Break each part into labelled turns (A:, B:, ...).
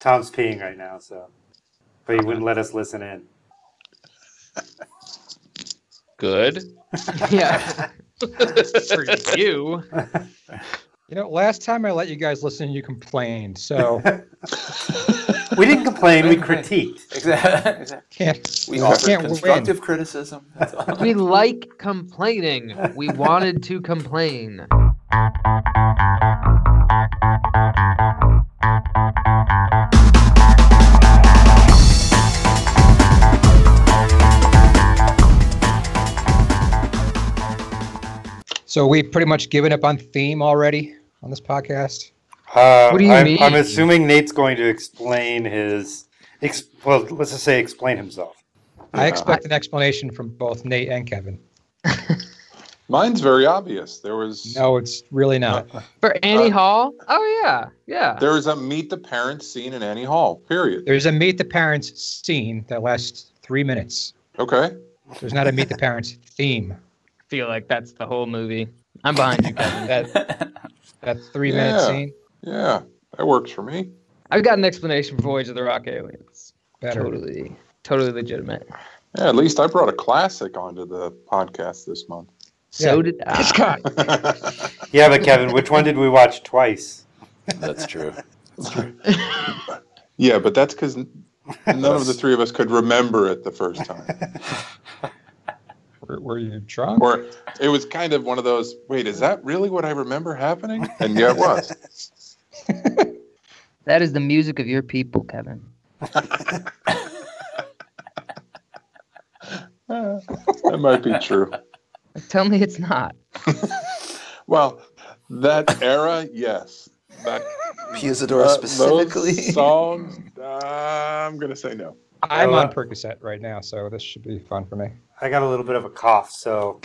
A: Tom's peeing right now, so but he wouldn't let us listen in.
B: Good.
C: Yeah.
B: For you.
D: You know, last time I let you guys listen, you complained. So
A: We didn't complain, we
E: Right, right.
A: critiqued.
E: Exactly.
D: can't.
E: We
D: I
E: offered
D: can't win.
E: constructive criticism. That's all.
C: we like complaining. We wanted to complain.
D: So we pretty much given up on theme already on this podcast.
A: Uh,
C: What do you
A: I'm,
C: mean?
A: I'm assuming Nate's going to explain his. Ex- well, let's just say explain himself.
D: I
E: Yeah.
D: expect an explanation from both Nate and Kevin.
F: Mine's very obvious. There was
D: No, it's really not.
C: For Annie
F: Uh,
C: Hall? Oh yeah, yeah.
F: there was a meet the parents scene in Annie Hall. Period.
D: There's a meet the parents scene that lasts three minutes.
F: Okay.
D: There's not a meet the parents theme.
C: feel like that's the whole movie. I'm behind you, Kevin. That,
D: That three minute
F: Yeah.
D: scene
F: Yeah, that works for me.
C: I've got an explanation for Voyage of the Rock Aliens.
D: better.
C: Totally, totally legitimate.
F: Yeah, at least I brought a classic onto the podcast this month.
C: So did I.
A: Yeah, but Kevin, which one did we watch twice?
E: That's true.
F: yeah, but that's because none of the three of us could remember it the first time.
D: Were, were you drunk?
F: Or it was kind of one of those, wait, is that really what I remember happening? And yeah, it was.
C: That is the music of your people, Kevin.
F: Eh, that might be true.
C: Tell me it's not.
F: Well, that era, yes. That
E: Pusador
F: Uh,
E: specifically.
F: Those songs, uh, I'm gonna say no.
D: I'm
A: Hello?
D: on Percocet right now, so this should be fun for me.
A: I got a little bit of a cough, so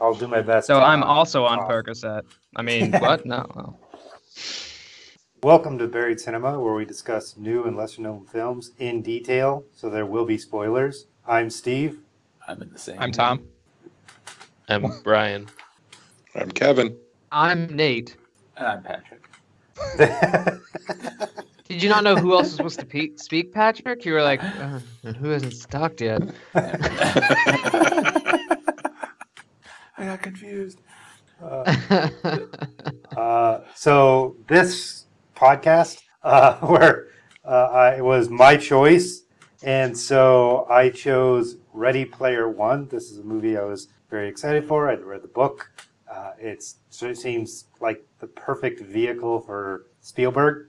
A: I'll do my best.
G: So
A: to
G: I'm
A: not
G: also on
A: cough.
G: Percocet. I mean, what? No.
A: Welcome to Buried Cinema, where we discuss new and lesser known films in detail, so there will be spoilers. I'm Steve.
E: I'm in the same.
D: I'm Tom.
B: I'm Brian.
F: I'm Kevin.
C: I'm Nate.
E: And I'm Patrick.
C: Did you not know who else was supposed to pe- speak, Patrick? You were like, uh, who hasn't stopped yet?
E: I got confused.
A: Uh, uh, so this podcast, uh, where uh, I, it was my choice, and so I chose Ready Player One. This is a movie I was very excited for. I'd read the book. Uh, it's, so it seems like the perfect vehicle for Spielberg,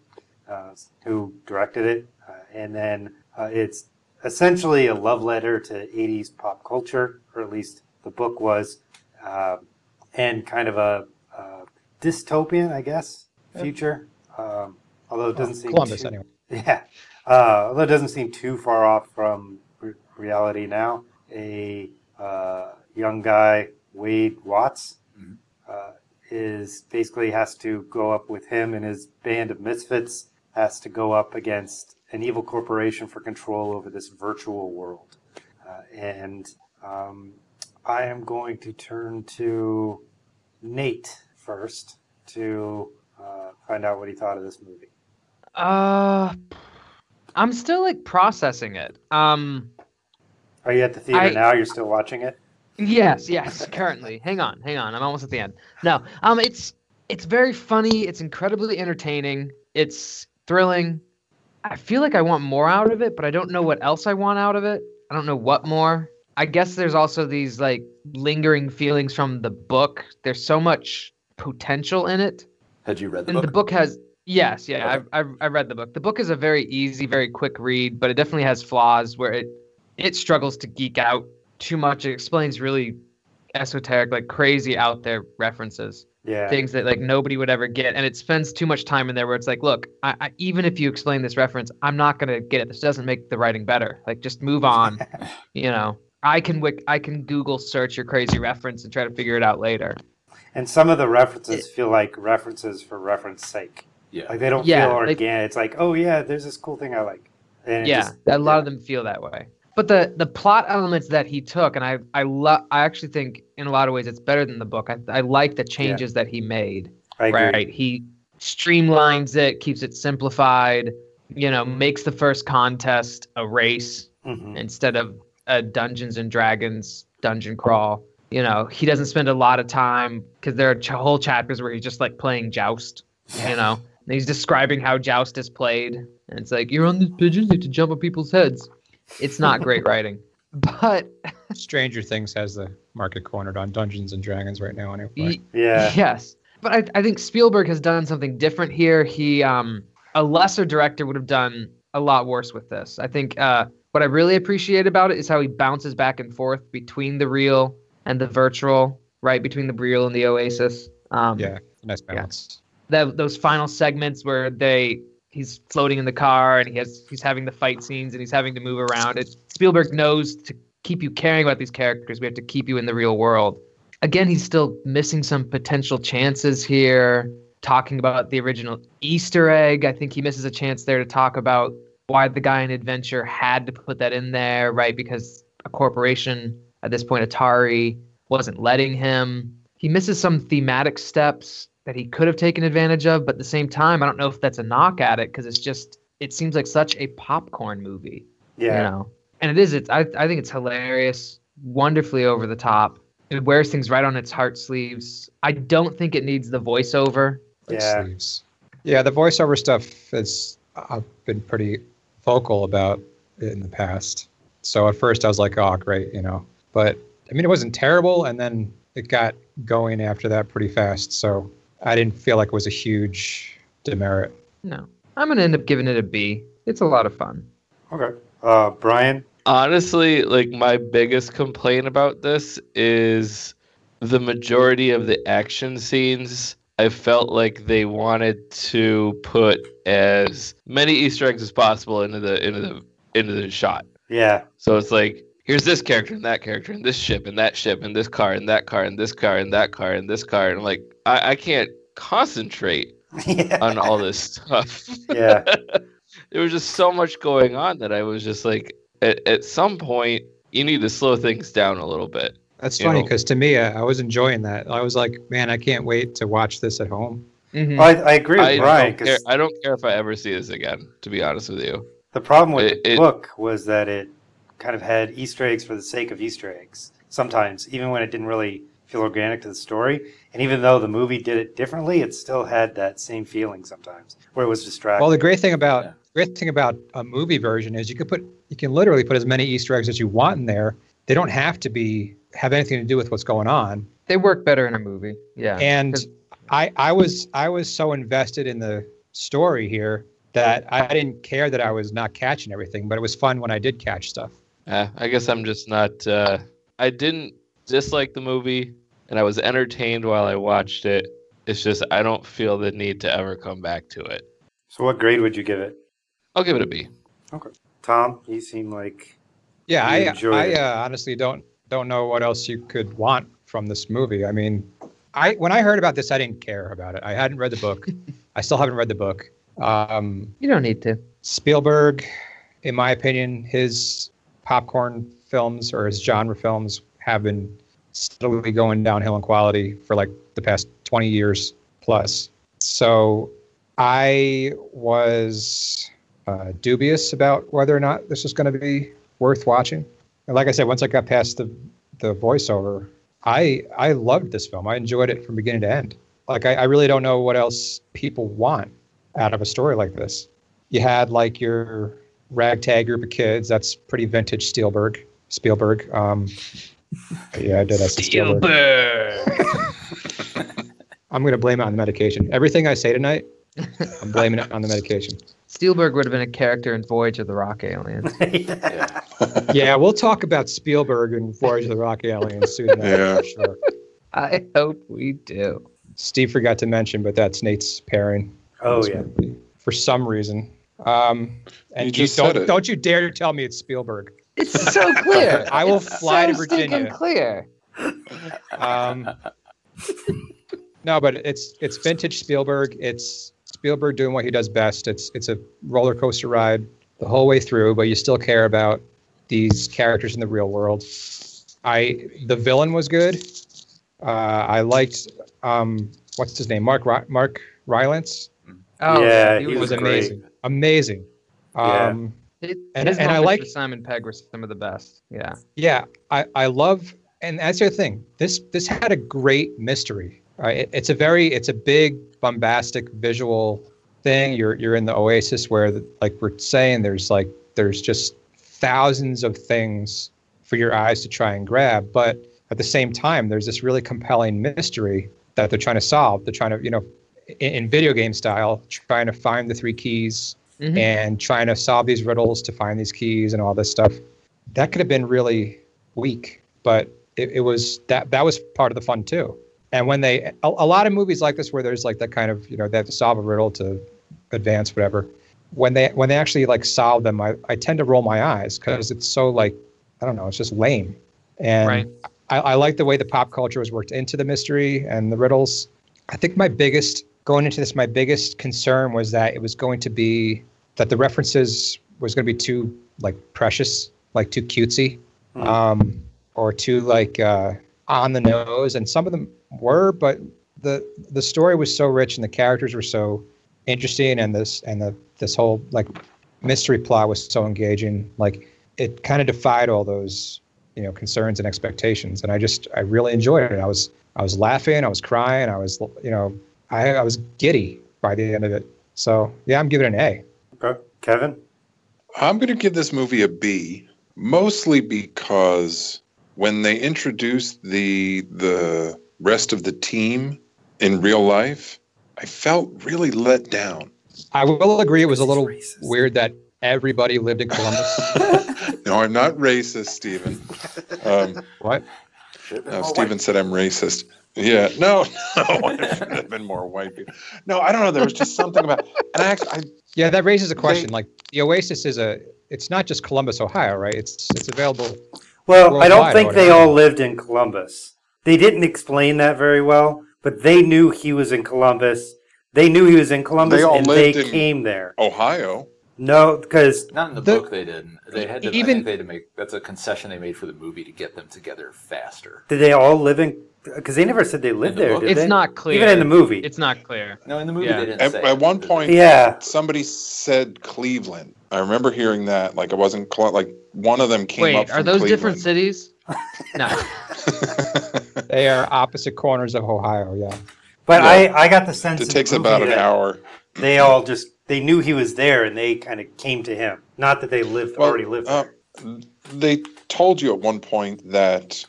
A: uh, who directed it, uh, and then uh, it's essentially a love letter to 80s pop culture, or at least the book was, uh, and kind of a, uh dystopian, I guess, future. Um, although it doesn't seem
D: Columbus,
A: too,
D: anyway.
A: yeah, uh, although it doesn't seem too far off from re- reality now. A uh, young guy, Wade Watts,
E: Mhm.
A: uh, is basically has to go up with him and his band of misfits has to go up against an evil corporation for control over this virtual world. Uh, and um, I am going to turn to Nate first to uh, find out what he thought of this movie.
C: Uh, I'm still like processing it. Um,
A: Are you at the theater
C: I-
A: now? You're still watching it?
C: yes, yes, currently. Hang on, hang on. I'm almost at the end. No, um, it's it's very funny. It's incredibly entertaining. It's thrilling. I feel like I want more out of it, but I don't know what else I want out of it. I don't know what more. I guess there's also these like lingering feelings from the book. There's so much potential in it.
E: Had you read the
C: And
E: book?
C: the book has yes, yeah.
E: Okay.
C: I've, I've I read the book. The book is a very easy, very quick read, but it definitely has flaws where it it struggles to geek out too much. It explains really esoteric, like crazy out there references,
A: Yeah.
C: things that like nobody would ever get, and it spends too much time in there where it's like, look, I, I, even if you explain this reference, I'm not gonna get it. This doesn't make the writing better. Like, just move on. you know, I can wik I can Google search your crazy reference and try to figure it out later.
A: And some of the references feel like references for reference sake.
E: yeah.
A: Like they don't
C: Yeah,
A: feel
C: like-
A: organic. it's like, oh yeah, there's this cool thing I like. And it
C: yeah,
A: just-
C: a lot of them feel that way. But the the plot elements that he took, and I I love, I actually think in a lot of ways it's better than the book. I I like the changes that he made.
A: I agree.
C: Right, he streamlines it, keeps it simplified. you know, makes the first contest a race
A: Mhm.
C: instead of a Dungeons and Dragons dungeon crawl. You know, he doesn't spend a lot of time because there are ch- whole chapters where he's just like playing joust. You know, and he's describing how joust is played, and it's like you're on these pigeons, you have to jump on people's heads. It's not great writing, but
D: Stranger Things has the market cornered on Dungeons and Dragons right now, anyway.
C: y-
A: Yeah.
C: Yes. But I, I think Spielberg has done something different here. He, um, a lesser director would have done a lot worse with this. I think uh, what I really appreciate about it is how he bounces back and forth between the real and the virtual, right? Between the real and the Oasis. Um,
D: yeah, nice balance.
C: that those final segments where they he's floating in the car and he has he's having the fight scenes and he's having to move around. It, Spielberg knows to keep you caring about these characters. We have to keep you in the real world. Again, he's still missing some potential chances here. Talking about the original Easter egg, I think he misses a chance there to talk about why the guy in Adventure had to put that in there, right? Because a corporation at this point, Atari, wasn't letting him. He misses some thematic steps that he could have taken advantage of, but at the same time, I don't know if that's a knock at it because it's just it seems like such a popcorn movie, you
A: Yeah.
C: know. And it is. It's I I think it's hilarious, wonderfully over the top. It wears things right on its heart sleeves. I don't think it needs the voiceover.
D: Like
A: Yeah.
D: sleeves. Yeah, the voiceover stuff is I've been pretty vocal about it in the past. So at first I was like, oh great, you know. But I mean it wasn't terrible and then it got going after that pretty fast. So I didn't feel like it was a huge demerit.
C: No, I'm gonna end up giving it a B. It's a lot of fun.
A: Okay. Uh, Brian.
B: Honestly, like my biggest complaint about this is the majority of the action scenes. I felt like they wanted to put as many Easter eggs as possible into the into the into the shot.
A: Yeah.
B: So it's like here's this character and that character and this ship and that ship and this car and that car and this car and that car and this car and I'm like I, I can't concentrate
A: yeah.
B: on all this stuff.
A: Yeah.
B: there was just so much going on that I was just like, at, at some point, you need to slow things down a little bit.
D: That's
B: You
D: funny
B: know.
D: because to me I, I was enjoying that. I was like, man, I can't wait to watch this at home. Uh,
C: Mhm.
A: I, I agree with
B: I
A: Brian
B: don't care.
A: because
B: I don't care if I ever see this again. To be honest with you,
A: the problem with
B: It-
A: the
B: it-
A: book was that it kind of had Easter eggs for the sake of Easter eggs sometimes, even when it didn't really feel organic to the story. And even though the movie did it differently, it still had that same feeling sometimes where it was distracting.
D: Well, the great thing about
E: Yeah.
D: great thing about a movie version is you can put you can literally put as many Easter eggs as you want in there. They don't have to be have anything to do with what's going on.
C: They work better in a movie. Yeah.
D: And
C: 'cause-
D: I I was I was so invested in the story here that I didn't care that I was not catching everything, but it was fun when I did catch stuff.
B: uh, I guess I'm just not. Uh, I didn't dislike the movie, and I was entertained while I watched it. It's just I don't feel the need to ever come back to it.
A: so, what grade would you give it?
B: I'll give it a B.
A: Tom, you seem like.
D: Yeah,
A: You
D: I
A: enjoyed
D: I
A: it.
D: uh, honestly don't don't know what else you could want from this movie. I mean, I when I heard about this, I didn't care about it. I hadn't read the book. I still haven't read the book. Um,
C: you don't need to.
D: Spielberg, in my opinion, his popcorn films or his genre films have been steadily going downhill in quality for like the past 20 years plus. So I was uh, dubious about whether or not this was going to be worth watching. And like I said, once I got past the, the voiceover, I I loved this film. I enjoyed it from beginning to end. Like I, I really don't know what else people want out of a story like this you had like your ragtag group of kids. That's pretty vintage Spielberg. Spielberg. Um, yeah, I did. I said Spielberg. I'm going to blame it on the medication. Everything I say tonight, I'm blaming it on the medication.
C: Spielberg would have been a character in Voyage of the Rock Aliens.
E: Yeah.
D: Yeah, we'll talk about Spielberg and Voyage of the Rock Aliens soon. enough,
F: Yeah.
D: for Sure.
C: I hope we do.
D: Steve forgot to mention, but that's Nate's pairing.
A: oh, yeah.
D: For some reason. Um, and
F: You just
D: you don't,
F: said it.
D: don't you dare to tell me it's Spielberg.
C: It's so clear.
D: I will
C: It's
D: fly
C: so
D: to Virginia.
C: stinking clear.
D: Um, no, but it's it's vintage Spielberg. It's Spielberg doing what he does best. It's it's a roller coaster ride the whole way through, but you still care about these characters in the real world. I the villain was good. Uh, I liked um, what's his name, Mark Ry- Mark Rylance.
C: Oh,
A: Yeah,
C: he
A: he
D: He
C: was
D: was
A: great.
D: amazing, amazing.
A: Yeah.
D: Um,
C: His,
D: And-
C: his
D: and I
C: moments
D: like-
C: with Simon Pegg were some of the best. Yeah.
D: Yeah, I, I love, and that's the other thing. This this had a great mystery. All right, it- it's a very, it's a big bombastic visual thing. You're you're in the oasis where, the, like we're saying, there's like there's just thousands of things for your eyes to try and grab. But at the same time, there's this really compelling mystery that they're trying to solve. They're trying to, you know, in, in video game style, trying to find the three keys
C: Mhm.
D: and trying to solve these riddles to find these keys and all this stuff that could have been really weak, but it, it was that that was part of the fun too. And when they a, a lot of movies like this where there's like that kind of you know they have to solve a riddle to advance whatever. When they when they actually like solve them, I, I tend to roll my eyes because it's so like I don't know, it's just lame. And
C: Right.
D: I, I like the way the pop culture was worked into the mystery and the riddles. I think my biggest going into this, my biggest concern was that it was going to be that the references was going to be too like precious, like too cutesy,
A: Hmm.
D: um, or too like uh, on the nose. And some of them were, but the the story was so rich and the characters were so interesting, and this and the this whole like mystery plot was so engaging. Like it kind of defied all those you know concerns and expectations, and I just I really enjoyed it. I was I was laughing, I was crying, I was you know I, I was giddy by the end of it. So yeah, I'm giving it an A.
A: Okay. Kevin?
F: I'm going to give this movie a B, mostly because when they introduced the the rest of the team in real life, I felt really let down.
D: I will agree it was a
E: Because
D: little
E: he's racist.
D: weird that everybody lived in Columbus.
F: no, I'm not racist, Stephen. Um,
D: what?
E: Should've been
F: no,
E: more
F: Stephen said I'm racist. Yeah, no, no, there should have been more white people. No, I don't know. There was just something about, and I actually, I
D: Yeah, that raises a question. like the Oasis is a it's not just Columbus, Ohio, right? It's it's available.
A: Well, I don't
D: Worldwide
A: think
D: or
A: they
D: whatever.
A: all lived in Columbus. They didn't explain that very well, but they knew he was in Columbus. They knew he was in Columbus,
F: They all
A: and they
F: lived in-
A: came there.
F: Ohio.
A: No, because
E: Not in the,
D: The-
E: book, they didn't. They had to. I
D: Even-
E: think they had to make that's a concession they made for the movie to get them together faster.
A: did they all live in? Because they never said they lived
E: the
A: there.
E: book?
A: Did
C: It's
A: they?
C: not clear.
A: Even in the movie.
C: It's not clear.
E: No, in the movie
C: Yeah.
E: they didn't.
F: At-
E: say
F: at
E: it.
F: one
E: They-
F: point-
A: yeah,
F: Somebody said Cleveland. I remember hearing that. Like I wasn't cl- like one of them came up.
C: Wait,
F: From
C: are those different
F: Cleveland.
C: cities? No.
D: They are opposite corners of Ohio. Yeah.
A: but
F: Yeah.
A: I, I got the sense in
F: it
A: the
F: takes
A: movie
F: about an
A: that
F: hour.
A: They all just they knew he was there, and they kind of came to him. Not that they lived
F: Well,
A: already lived.
F: uh,
A: there.
F: they told you at one point that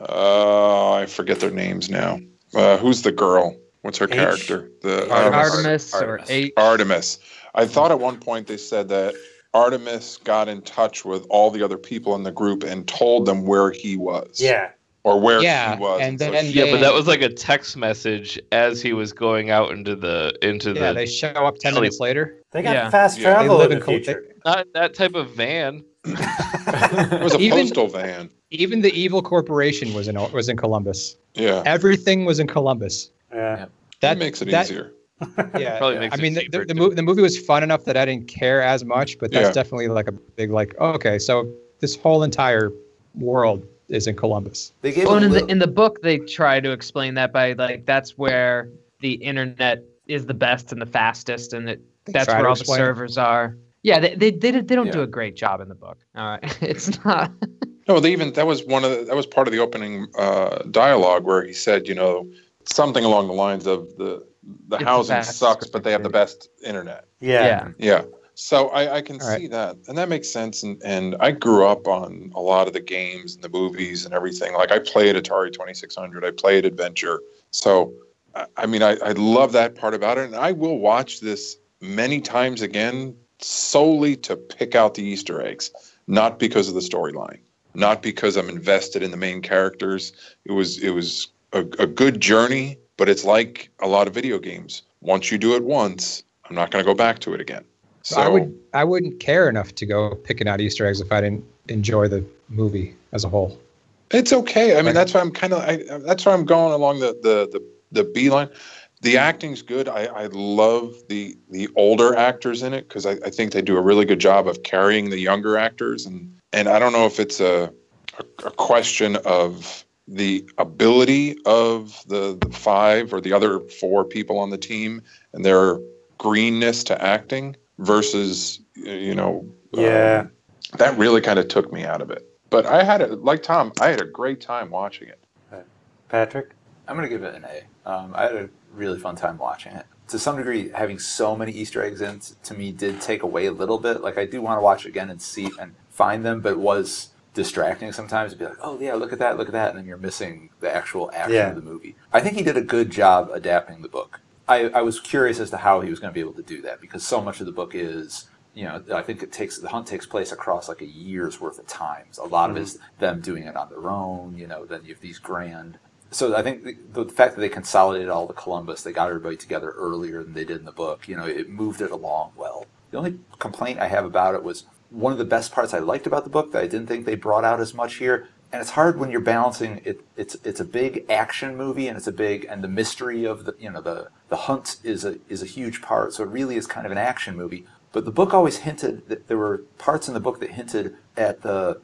F: uh, I forget their names now. Uh, who's the girl? What's her
A: H?
F: character? The
A: Artemis.
C: Artemis or
E: Artemis.
C: eight.
F: Artemis. I thought at one point they said that Artemis got in touch with all the other people in the group and told them where he was.
A: Yeah,
F: Or where
D: Yeah,
F: he was.
D: and
F: so
D: then
F: she-
B: Yeah, but that
D: Yay.
B: was like a text message as he was going out into the into
D: Yeah,
B: the
D: they show up ten
B: Sleep.
D: minutes later.
A: they got
G: Yeah.
A: fast
F: Yeah. They
D: They
A: travel
D: live
A: in
D: in
A: the
D: Col-
A: future.
D: they-
B: not that type of van.
F: it was a
D: Even-
F: postal van.
D: even the evil corporation was in was in Columbus.
F: Yeah.
D: Everything was in Columbus.
A: Yeah.
F: That makes it easier.
D: Yeah,
B: Probably
D: yeah.
B: makes
D: I
B: it
D: mean, the,
B: cheaper,
D: the, the,
B: too.
D: movie, the movie was fun enough that I didn't care as much, but that's
F: Yeah.
D: definitely like a big like. Oh, okay, so this whole entire world is in Columbus.
E: they gave
C: Well,
E: a
C: and in the
E: little,
C: in the book, they try to explain that by like that's where the internet is the best and the fastest, and it,
D: They
C: that's
D: try
C: where
D: to
C: all the
D: explain it.
C: servers are. Yeah, they they they, they don't do
E: Yeah.
C: a great job in the book. All right, it's not.
F: No, they even that was one of the, that was part of the opening uh, dialogue where he said, you know, something along the lines of the the
C: It's the
F: housing
C: fastest
F: sucks, but they have the
C: connectivity.
F: best internet.
A: yeah,
C: Yeah,
F: Yeah. So I, I can
D: All right.
F: see that, and that makes sense. And and I grew up on a lot of the games and the movies and everything. Like I played Atari Twenty Six Hundred, I played Adventure. So I, I mean, I, I love that part about it, and I will watch this many times again solely to pick out the Easter eggs, not because of the storyline, not because I'm invested in the main characters. It was it was a, a good journey, but it's like a lot of video games. Once you do it once, I'm not going to go back to it again. So
D: I would I wouldn't care enough to go picking out Easter eggs if I didn't enjoy the movie as a whole.
F: It's okay. I mean,
D: Right.
F: that's why I'm kind of. I, that's why I'm going along the the the, the B line. The acting's good. I, I love the the older actors in it because I, I think they do a really good job of carrying the younger actors and and I don't know if it's a a, a question of the ability of the, the five or the other four people on the team and their greenness to acting versus you know.
A: Yeah.
F: um, that really kind of took me out of it. But I had a like Tom, I had a great time watching it.
A: Patrick?
E: I'm going to give it an A. Um, I had a really fun time watching it. To some degree, having so many Easter eggs in t- to me did take away a little bit. Like I do want to watch it again and see and find them, but it was distracting sometimes to be like, oh yeah, look at that, look at that, and then you're missing the actual action
A: Yeah.
E: of the movie. I think he did a good job adapting the book. I, I was curious as to how he was going to be able to do that because so much of the book is, you know, I think it takes the hunt takes place across like a year's worth of times. A lot of it is them doing it on their own. You know, then you have these grand so I think the, the fact that they consolidated all the Columbus, they got everybody together earlier than they did in the book. You know, it moved it along well. The only complaint I have about it was one of the best parts I liked about the book that I didn't think they brought out as much here. And it's hard when you're balancing it. It's it's a big action movie, and it's a big and the mystery of the you know the the hunt is a is a huge part. So it really is kind of an action movie. But the book always hinted that there were parts in the book that hinted at the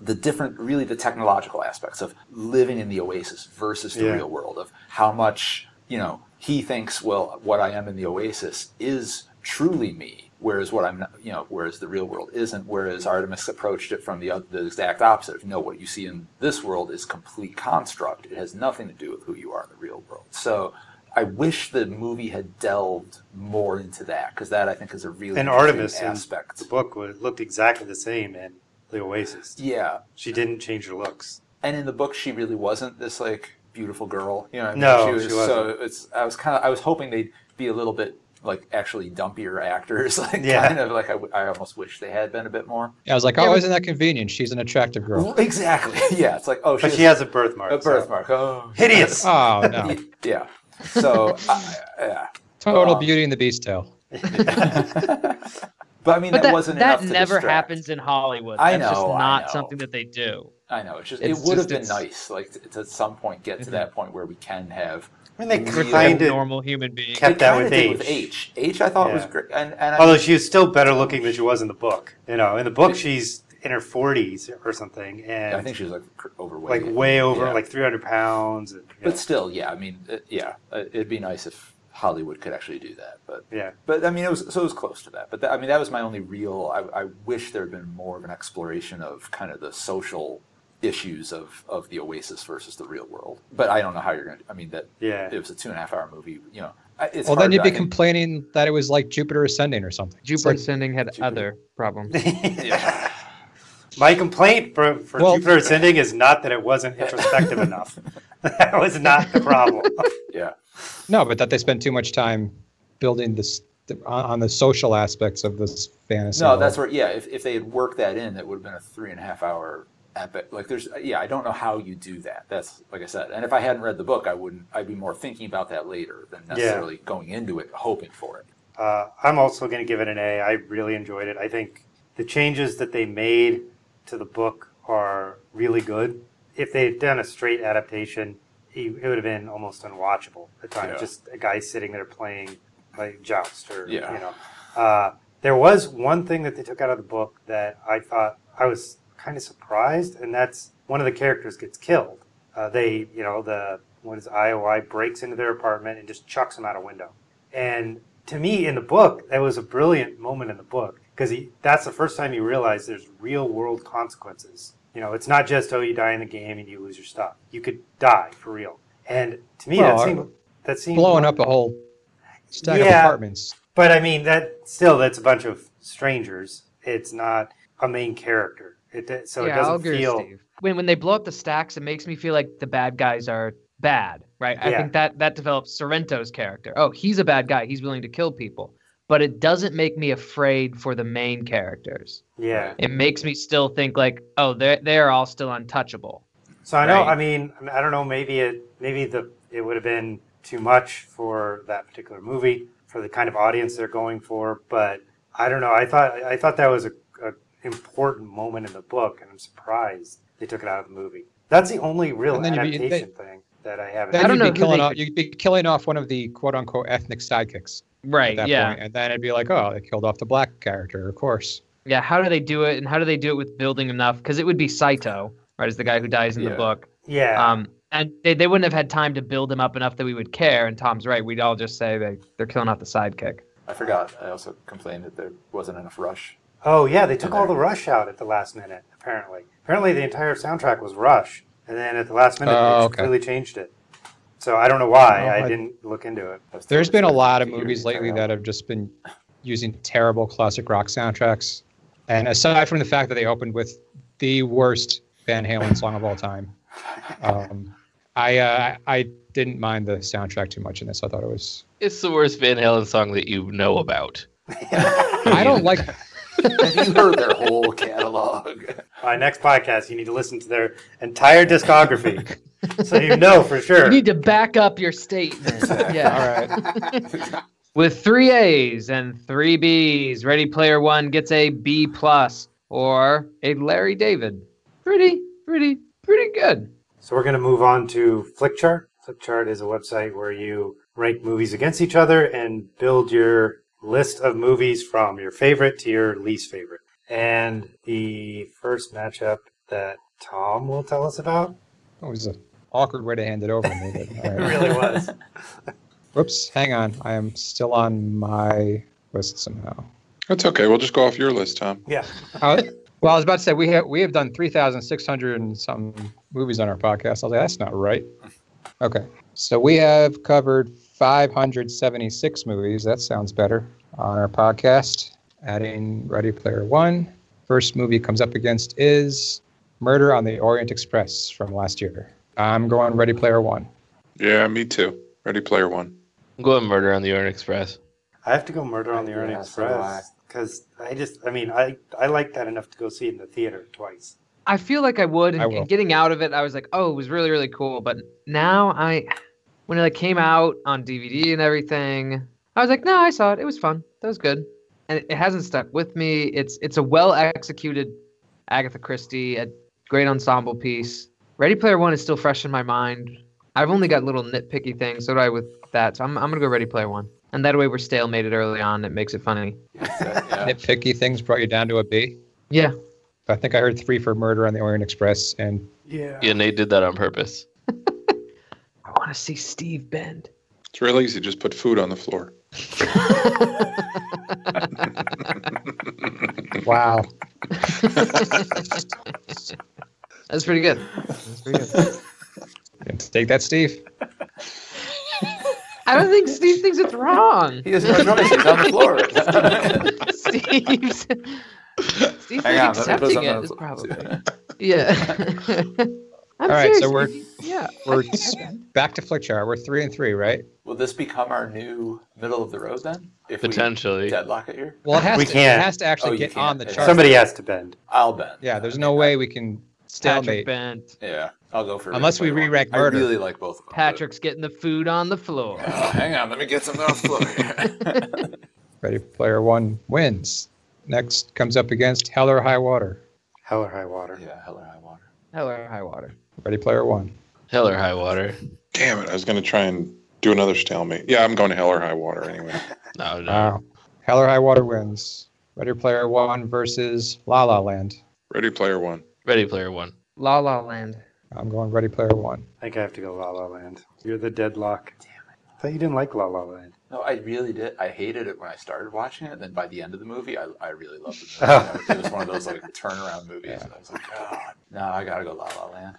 E: the different, really the technological aspects of living in the oasis versus the
A: Yeah.
E: real world, of how much, you know, he thinks, well, what I am in the oasis is truly me, whereas what I'm, not, you know, whereas the real world isn't, whereas Artemis approached it from the, oth- the exact opposite of, no, what you see in this world is complete construct. It has nothing to do with who you are in the real world. So I wish the movie had delved more into that, because that I think is a really
A: And
E: interesting
A: Artemis in
E: aspect.
A: The book was, looked exactly the same in The Oasis.
E: Yeah,
A: She didn't change her looks.
E: and in the book she really wasn't this like beautiful girl you know what I mean?
A: No,
E: she was
A: she wasn't.
E: so it's i was kind of i was hoping they'd be a little bit like actually dumpier actors like
A: Yeah.
E: kind of like I, w- I almost wish they had been a bit more
D: I was like,
C: Yeah,
D: oh,
C: but-
D: isn't that convenient? She's an attractive girl.
E: exactly yeah it's like oh
A: But
E: she's
A: she has a birthmark.
E: a
A: so-
E: birthmark oh
A: Hideous.
D: Oh no,
E: yeah so I, yeah
D: total
E: Um,
D: Beauty and the Beast tale.
E: but i mean
C: but
E: that,
C: that,
E: wasn't
C: that
E: enough to
C: never
E: distract.
C: happens in Hollywood.
E: I
C: That's just
E: know, I
C: not
E: know.
C: something that they do.
E: i know it's just
D: It's
E: it would
D: just-
E: have been
D: it's-
E: nice like to, to at some point get to
A: Mm-hmm.
E: that point where we can have
A: I mean, they
E: Really
A: kind of
C: Normal human being.
A: kept that
E: kinda
A: with
E: did
A: H.
E: with h h i thought was
A: Yeah. Oh,
E: great and, and I
A: Although she was still better looking than she was in the book. You know, in the book she's in her 40s or something, and
E: I think she was like cr- overweight.
A: like way over
E: Yeah.
A: like 300 pounds. And, yeah.
E: But still, yeah. I mean, it, yeah, uh, it'd be nice if Hollywood could actually do that. But
A: yeah.
E: but I mean, it was so it was close to that. But that, I mean, that was my only real. I, I wish there had been more of an exploration of kind of the social issues of of the Oasis versus the real world. But I don't know how you're going to. I mean, that
A: Yeah.
E: it was a two and a half hour movie. You know, I- it's
D: Well, then
E: hard
D: you'd
E: to-
D: be
E: I think-
D: complaining that it was like Jupiter ascending or something. It's
C: Jupiter
D: like,
C: Ascending had
E: Jupiter.
C: other problems.
E: Yeah.
A: My complaint for, for
D: Well-
A: Jupiter Ascending is not that it wasn't introspective enough. That was not the problem.
E: yeah.
D: no, but that they spend too much time building this on on the social aspects of this fantasy.
E: No,
D: world.
E: that's where. Yeah, if, if they had worked that in, it would have been a three and a half hour epic. Like, there's. Yeah, I don't know how you do that. That's like I said. And if I hadn't read the book, I wouldn't. I'd be more thinking about that later than necessarily going into it hoping for it.
A: Uh, I'm also going to give it an A. I really enjoyed it. I think the changes that they made to the book are really good. If they had done a straight adaptation, it it would have been almost unwatchable at times.
E: Yeah.
A: Just a guy sitting there playing like Joust or
E: Yeah.
A: you know. Uh, there was one thing that they took out of the book that I thought I was kind of surprised, and that's one of the characters gets killed. Uh, they, you know, the what is it, IOI breaks into their apartment and just chucks him out a window. And to me, in the book, that was a brilliant moment in the book because that's the first time you realize there's real world consequences. You know, it's not just oh you die in the game and you lose your stuff. You could die for real. And to me,
D: Well, uh,
A: that seemed that seemed
D: blowing up a whole stack
A: Yeah.
D: of apartments.
A: But I mean that still that's a bunch of strangers. It's not a main character. It do- so it
C: yeah, I'll
A: doesn't
C: agree with
A: feel
C: Steve. When when they blow up the stacks, it makes me feel like the bad guys are bad, right? I
A: Yeah.
C: think that that develops Sorrento's character. Oh, he's a bad guy. He's willing to kill people, but it doesn't make me afraid for the main characters.
A: yeah.
C: It makes me still think like, oh, they they are all still untouchable.
A: So I know.
C: Right.
A: I mean, I don't know. Maybe it. Maybe the it would have been too much for that particular movie for the kind of audience they're going for. But I don't know. I thought I thought that was a, a important moment in the book, and I'm surprised they took it out of the movie. That's the only real
D: And then you'd be-
A: adaptation thing that I haven't.
D: Then
C: I don't
D: you'd
C: know
D: be
C: who
D: killing
C: they
D: off.
C: could-
D: You'd be killing off one of the quote unquote ethnic sidekicks at
C: Right.
D: that
C: Yeah.
D: point, and then it'd be like, oh, they killed off the black character, of course.
C: Yeah. How do they do it? And how do they do it with building enough? Because it would be Saito, right? Is the guy who dies in
E: Yeah.
C: the book.
A: yeah.
C: Um, and they, they wouldn't have had time to build him up enough that we would care. And Tom's right. We'd all just say they, they're killing off the sidekick.
E: I forgot. I also complained that there wasn't enough Rush.
A: Oh yeah, they took all the Rush out at the last minute. Apparently, apparently the entire soundtrack was Rush, and then at the last minute
D: Oh,
A: they
D: okay.
A: completely changed it. So I don't know why.
D: Oh,
A: I,
D: I-
A: didn't look into it.
E: I was
D: There's been a
E: totally
D: lot of
E: figured
D: movies
E: it out.
D: lately that have just been using terrible classic rock soundtracks. And aside from the fact that they opened with the worst Van Halen song of all time, um, I uh, I didn't mind the soundtrack too much in this. I thought it was.
B: It's the worst Van Halen song that you know about.
D: I don't like.
E: Have you heard their whole catalog?
A: My next podcast, you need to listen to their entire discography, so you know for sure.
C: You need to back up your statement.
D: All
C: yeah.
D: right.
C: With three A's and three B's, Ready Player One gets a B plus or a Larry David. Pretty, pretty, pretty good.
A: So we're going to move on to Flickchart. Flickchart is a website where you rank movies against each other and build your list of movies from your favorite to your least favorite. And the first matchup that Tom will tell us about
D: It was an awkward way to hand it over to me. But, all
A: it
D: right.
A: really was.
D: Whoops. Hang on. I am still on my list somehow.
F: That's okay. We'll just go off your list, Tom.
A: yeah.
D: I was- well, I was about to say we have we have done three thousand six hundred and some movies on our podcast. I was like, that's not right. Okay, so we have covered five hundred seventy six movies. That sounds better on our podcast. Adding Ready Player One. First movie comes up against is Murder on the Orient Express from last year. I'm going Ready Player One.
F: Yeah, me too. Ready Player One.
B: I'm going Murder on the Orient Express.
A: I have to go Murder on the Orient
E: Yeah, so do
A: Express because I just, I mean, I, I like that enough to go see it in the theater twice.
C: I feel like I would. And,
D: I will.
C: and getting out of it, I was like, oh, it was really, really cool. But now I, when it like came out on DVD and everything, I was like, no, I saw it. It was fun. That was good. And it, it hasn't stuck with me. It's it's a well executed Agatha Christie, a great ensemble piece. Ready Player One is still fresh in my mind. I've only got little nitpicky things. So do I with that. So I'm I'm gonna go Ready Player One. And that way we're stalemated early on. It makes it funny.
E: Yeah.
D: Nitpicky things brought you down to a B.
C: Yeah.
D: I think I heard three for Murder on the Orient Express and
A: Yeah.
B: Yeah, Nate did that on purpose.
C: I want to see Steve bend.
F: It's real easy. Just put food on the floor.
D: wow.
C: That's pretty good. That's pretty good.
D: Take that, Steve.
C: I don't think Steve thinks it's wrong.
E: He doesn't really notice he's on the floor.
C: Steve's, Steve's
E: Hang
C: like
E: on, let me put
C: accepting
E: something
C: it
E: on
C: is
E: the floor.
C: probably yeah. I'm
D: All right,
C: serious.
D: so we're-
C: if you- yeah.
D: We're
C: I think I bend.
D: back to Flickchart. We're three and three, right?
E: Will this become our new middle of the road then? If we
B: Potentially.
E: deadlock it here,
D: Well, it has
A: We
D: to.
A: can't.
D: It has to actually
E: Oh, you
D: get
E: can't.
D: on the
E: It's-
D: chart.
A: Somebody has to bend.
E: I'll bend.
D: Yeah, there's no way we can
C: Patrick
D: stalemate.
C: bent.
E: Yeah, I'll go for
D: Unless we
E: Ready Player
D: re-rank
E: One.
D: Murder.
E: I really like both of them. but-
C: Patrick's getting the food on the floor.
E: Oh, hang on, let me get something off the floor.
D: Ready Player One wins. Next comes up against Hell or High Water.
A: Hell or high water.
E: yeah, hell or high water.
C: Hell or high water.
D: Ready Player One.
B: Hell or high water.
F: Damn it. I was going to try and do another stalemate. Yeah, I'm going to hell or high water anyway.
B: No, no.
D: Wow. Hell or High Water wins. Ready Player One versus La La Land.
F: Ready Player One.
B: Ready Player One.
C: La La Land.
D: I'm going Ready Player One.
A: I think I have to go La La Land. You're the deadlock. Damn it. I thought you didn't like La La Land.
E: No, I really did. I hated it when I started watching it. Then by the end of the movie, I, I really loved it.
A: Oh.
E: It was one of those like turnaround movies. And I was like, God, no, I gotta go La La Land.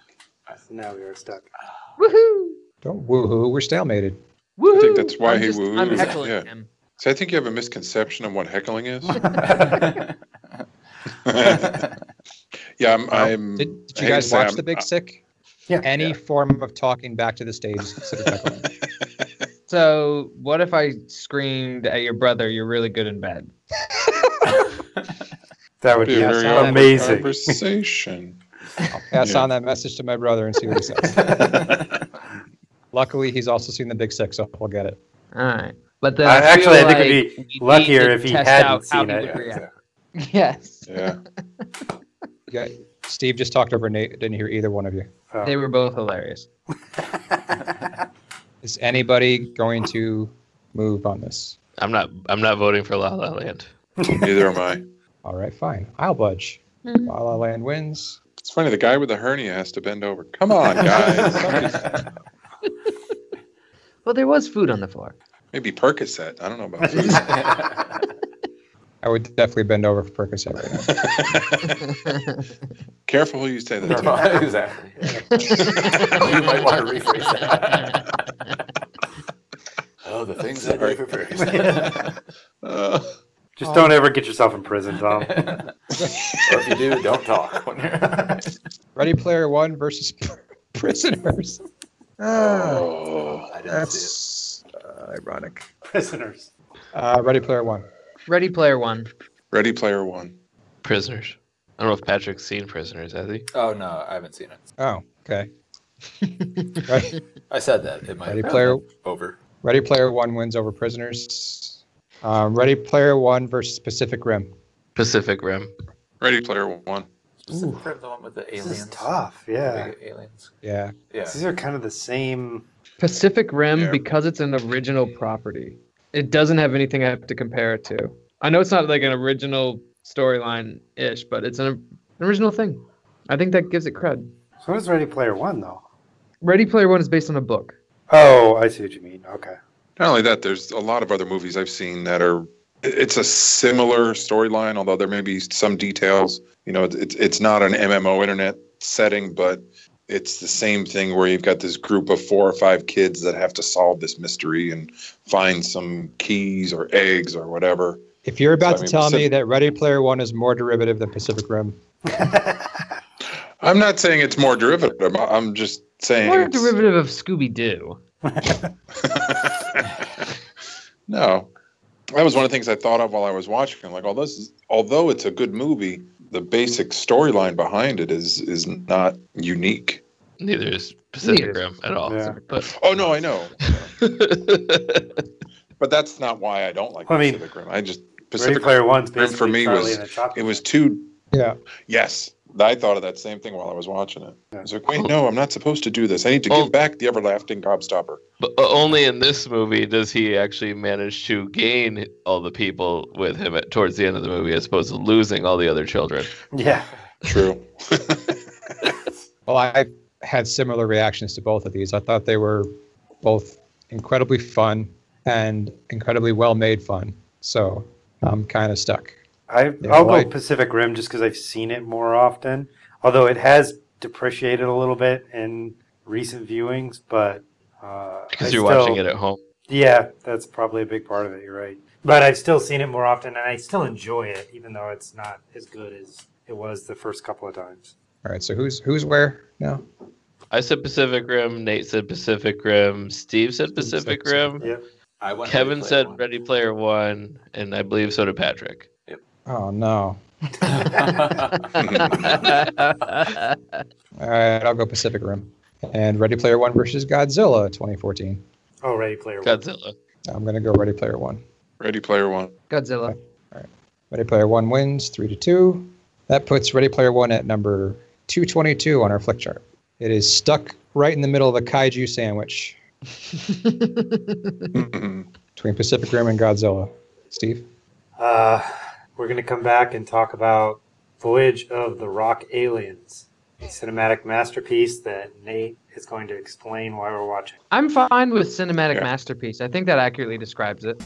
A: So now we are stuck.
C: Woohoo!
D: Don't woohoo. We're stalemated.
C: Woohoo!
F: that's why
C: I'm
F: he
C: just- I'm
F: woo-hoos.
C: heckling
F: Yeah.
C: him.
F: So I think you have a misconception of what heckling is. yeah, I'm. I'm
D: Did, did you
F: I hate to
D: guys
F: say
D: watch
F: I'm-
D: The Big Sick?
A: Yeah.
D: Any
E: Yeah.
D: form of talking back to the stage is considered heckling.
C: So what if I screamed at your brother? You're really good in bed.
A: That would
F: Be
A: be
F: a very awkward
A: amazing.
F: conversation.
D: Pass
F: Yeah.
D: on that message to my brother and see what he says. Luckily, he's also seen The Big Six, so we'll get it.
C: All right. But then
A: I-
C: I feel
A: actually, I think
C: like
A: it'd be
C: we need
A: luckier
C: to
A: if he
C: test
A: hadn't
C: out how
A: seen
C: he
A: it.
C: would
A: Yeah,
C: react. Yes.
F: Yeah.
D: Yeah, Steve just talked over Nate. Didn't hear either one of you.
A: Oh.
C: They were both hilarious.
D: Is anybody going to move on this?
B: I'm not I'm not voting for La La Land.
F: Neither am I.
D: All right, fine. I'll budge.
C: Mhm.
D: La La Land wins.
F: It's funny. The guy with the hernia has to bend over. Come on, guys.
C: Well, there was food on the floor.
F: Maybe Percocet. I don't know about food.
D: I would definitely bend over for Percocet right now.
F: Careful who you say that to.
E: exactly. you might want to rephrase that. oh, the things that I do for Percocet.
F: Uh,
A: Just don't ever get yourself in prison, Tom.
E: or if you do, don't talk.
D: Oh,
E: When you're...
D: Ready Player One versus Prisoners. Ah,
F: oh.
E: I didn't
D: that's
E: see
D: uh, ironic.
A: Prisoners.
D: Uh, Ready Player One.
C: Ready Player One.
F: Ready Player One.
B: Prisoners. I don't know if Patrick's seen Prisoners, has he?
E: it. Oh no, I haven't seen it.
D: Oh, okay. Ready,
E: I said that it might
D: Ready Player
E: over.
D: Ready Player One wins over Prisoners. Um, Ready Player One versus Pacific Rim.
B: Pacific Rim.
F: Ready Player One.
E: Pacific Rim, the one with the
A: This
E: aliens.
A: is tough. Yeah.
E: Big aliens.
D: Yeah,
E: Yeah.
A: These are kind of the same.
C: Pacific Rim
F: Yeah.
C: because it's an original property. It doesn't have anything I have to compare it to. I know it's not like an original storyline ish, but it's an, an original thing. I think that gives it cred.
A: So what is Ready Player One though?
C: Ready Player One is based on a book.
A: Oh, I see what you mean. Okay.
F: Not only that, there's a lot of other movies I've seen that are. It's a similar storyline, although there may be some details. You know, it's it's not an MMO internet setting, but it's the same thing where you've got this group of four or five kids that have to solve this mystery and find some keys or eggs or whatever.
D: If you're about to
F: So, I mean,
D: tell me
F: Pacific-
D: that Ready Player One is more derivative than Pacific Rim,
F: I'm not saying it's more derivative. I- I'm just saying
C: More a
F: it's-
C: derivative of Scooby Doo.
F: no, that was one of the things I thought of while I was watching. I'm like, although this is, although it's a good movie, the basic storyline behind it is is not unique.
B: Neither is Pacific
C: Neither.
B: Rim at all.
A: Yeah.
B: But
F: Oh no, I know, but that's not why I don't like
A: I mean,
F: Pacific Rim. I just
A: Ready
F: Pacific Rim.
A: Player One's
F: Rim
A: basically
F: for me
A: Charlie
F: was-
A: and the Chocolate
F: It was
A: Factory.
F: too.
D: yeah,
F: Yes, I thought of that same thing while I was watching it. I was like, wait,
B: Oh.
F: no, I'm not supposed to do this. I need to
B: Oh.
F: give back the everlasting gobstopper.
B: But o- only in this movie does he actually manage to gain all the people with him at, towards the end of the movie, as opposed to losing all the other children.
A: Yeah.
F: True.
D: Well, I had similar reactions to both of these. I thought they were both incredibly fun and incredibly well made fun. So I'm kind of stuck.
A: I,
D: Yeah,
A: I'll
D: well, I-
A: go Pacific Rim just because I've seen it more often. Although it has depreciated a little bit in recent viewings, but uh,
B: Because
A: I
B: you're
A: still-
B: watching it at home.
A: Yeah, that's probably a big part of it. You're right, but I've still seen it more often, and I still enjoy it, even though it's not as good as it was the first couple of times.
D: All right, so who's who's where now?
B: I said Pacific Rim. Nate said Pacific Rim. Steve said Pacific
D: Pacific
B: Rim.
A: Yep.
E: I went Ready
B: Kevin
E: Player
B: said
E: One.
B: Ready Player One, and I believe so did Patrick.
D: Oh no! All right, I'll go Pacific Rim and Ready Player One versus Godzilla 2014.
A: Oh, Ready Player One.
B: Godzilla.
D: I'm gonna go Ready Player One.
F: Ready Player One.
C: Godzilla.
D: Ready Player One wins three to two. That puts Ready Player One at number 222 on our flick chart. It is stuck right in the middle of a kaiju sandwich
F: Mm-hmm.
D: between Pacific Rim and Godzilla. Steve,
A: Uh, we're going to come back and talk about Voyage of the Rock Aliens, a cinematic masterpiece that Nate is going to explain why we're watching.
C: I'm fine with cinematic
F: Yeah.
C: masterpiece. I think that accurately describes it.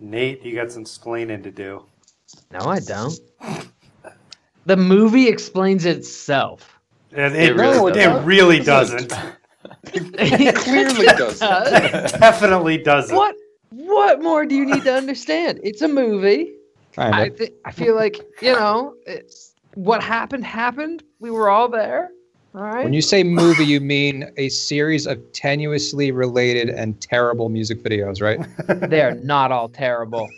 A: Nate, you got some explaining to do.
C: No, I don't. The movie explains itself.
A: It, it,
B: It really
A: it
B: doesn't.
A: really doesn't.
F: Clearly does.
A: Definitely doesn't.
C: What? What more do you need to understand? It's a movie.
D: kind
C: I,
D: of.
C: th- I feel like you know it's, what happened happened. We were all there. All right.
D: When you say movie, you mean a series of tenuously related and terrible music videos, right?
C: they are not all terrible.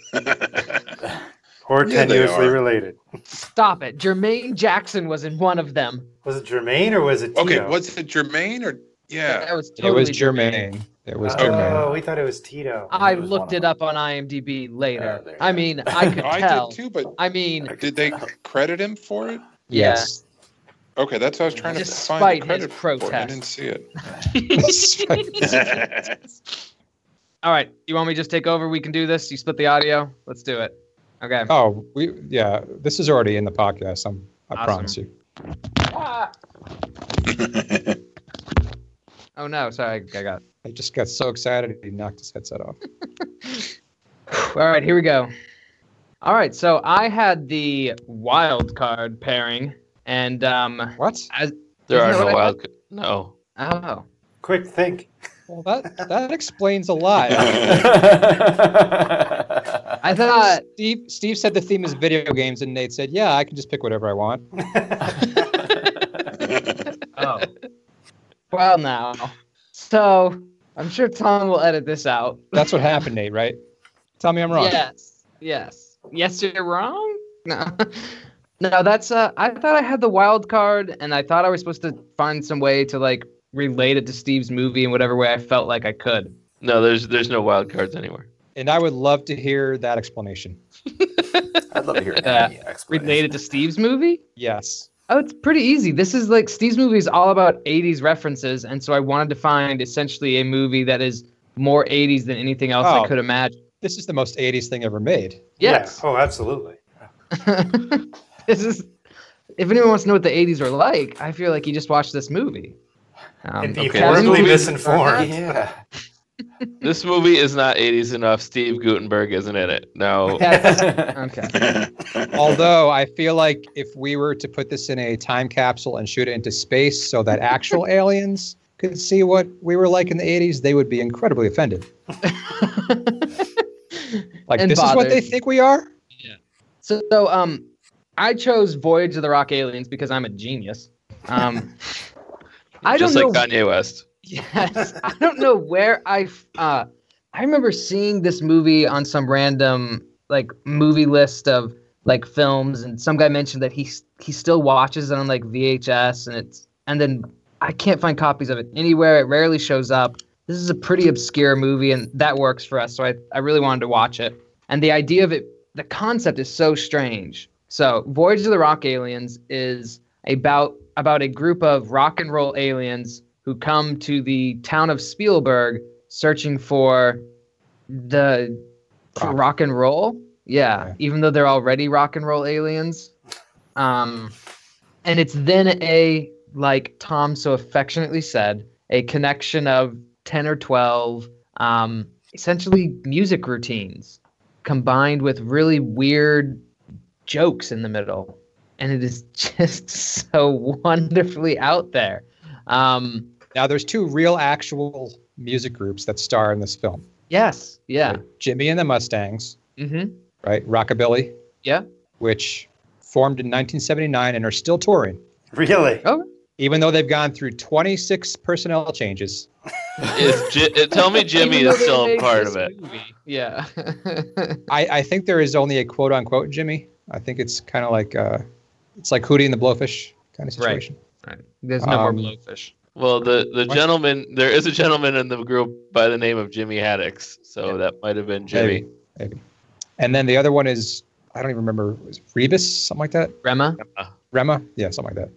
A: Or
F: Yeah, they
A: tenuously
F: are.
A: related.
C: Stop it. Jermaine Jackson was in one of them.
A: Was it Jermaine or was it Tito?
F: Okay, was it Jermaine or yeah?
C: That was
D: It
C: totally
D: was Jermaine. It was Jermaine.
A: Oh, we thought it was Tito.
C: I
E: It was
C: looked
E: one of
C: it up on IMDb later.
E: Oh, there you
C: I
E: go.
C: mean, I could
F: I
C: tell.
F: did too, but
C: I mean,
F: did they credit him for it?
D: Yes.
F: Okay, that's what I was trying to
C: Despite
F: find
C: his
F: the credit for it. I
C: protest.
F: didn't see it.
C: all right. You want me to just take over? We can do this. You split the audio. Let's do it. Okay.
D: Oh, we yeah. This is already in the podcast. I'm, I
C: Awesome.
D: promise you.
C: Oh no, sorry, I I got.
D: I just got so excited he knocked his headset off.
C: All right, here we go. All right, so I had the wild card pairing, and um,
D: What?
B: There
C: Isn't
B: are
C: that
B: no
C: what I
B: wild. ca- No.
C: oh,
A: Quick think.
D: Well, that that explains a lot.
C: I thought
D: Steve Steve said the theme is video games, and Nate said, "Yeah, I can just pick whatever I want."
C: Oh. well, now. So I'm sure Tom will edit this out.
D: That's what happened, Nate. Right? Tell me I'm wrong.
C: Yes. Yes. Yes, you're wrong. No. No, that's uh I thought I had the wild card and I thought I was supposed to find some way to like relate it to Steve's movie in whatever way I felt like I could.
B: No, there's there's no wild cards anywhere.
D: And I would love to hear that explanation.
E: I'd love to hear
C: Yeah.
E: any explanation.
C: Relate it to Steve's movie?
D: Yes.
C: Oh, it's pretty easy. This is like Steve's movie is all about 80s references and so I wanted to find essentially a movie that is more 80s than anything else
D: Oh.
C: I could imagine.
D: This is the most '80s thing ever made.
C: Yes.
A: Yeah. Oh, absolutely.
C: this is if anyone wants to know what the 80s were like i feel like you just watched this movie um,
A: and be
B: okay, this
A: horribly
B: movie-
A: misinformed.
E: Yeah.
B: This movie is not 80s enough. Steve Gutenberg isn't in it. No.
C: that's- okay
D: Although I feel like if we were to put this in a time capsule and shoot it into space so that actual aliens could see what we were like in the 80s, they would be incredibly offended. Like,
C: And
D: this is what they
C: bothered.
D: think we are?
C: so, so um i chose voyage of the rock aliens because i'm a genius um i don't
B: Just
C: know
B: like Kanye West.
C: yes i don't know where i f- uh i remember seeing this movie on some random like movie list of like films and some guy mentioned that he s- he still watches it on like vhs and it's and then i can't find copies of it anywhere it rarely shows up this is a pretty obscure movie and that works for us so i, I really wanted to watch it and the idea of it the concept is so strange so voyage of the rock aliens is about about a group of rock and roll aliens who come to the town of spielberg searching for the for
D: Rock.
C: rock and roll yeah
D: Okay.
C: even though they're already rock and roll aliens um and it's then a like tom so affectionately said a connection of 10 or 12 um, essentially music routines combined with really weird jokes in the middle and it is just so wonderfully out there um,
D: Now, there's two real, actual music groups that star in this film
C: yes yeah
D: Jimmy and the Mustangs,
C: mm-hmm.
D: right? Rockabilly.
C: Yeah.
D: Which formed in 1979 and are still touring,
A: Really?
D: even though they've gone through 26 personnel changes.
B: Is Ji- uh, tell me Jimmy
C: Even though
B: is
C: they
B: still a
C: made
B: part
C: this
B: of it.
C: movie, yeah
D: I, I think there is only a quote unquote Jimmy. I think it's kind of like uh, it's like Hootie and the Blowfish kind of
C: Right.
D: situation.
C: there's no
D: Um,
C: more blowfish
B: Well, the the
D: What?
B: gentleman there is a gentleman in the group by the name of Jimmy Haddix, so that might have been Jimmy.
D: Maybe, maybe. And then the other one is I don't even remember was it Rebus something like that.
C: rema
D: Rema, yeah, something like that.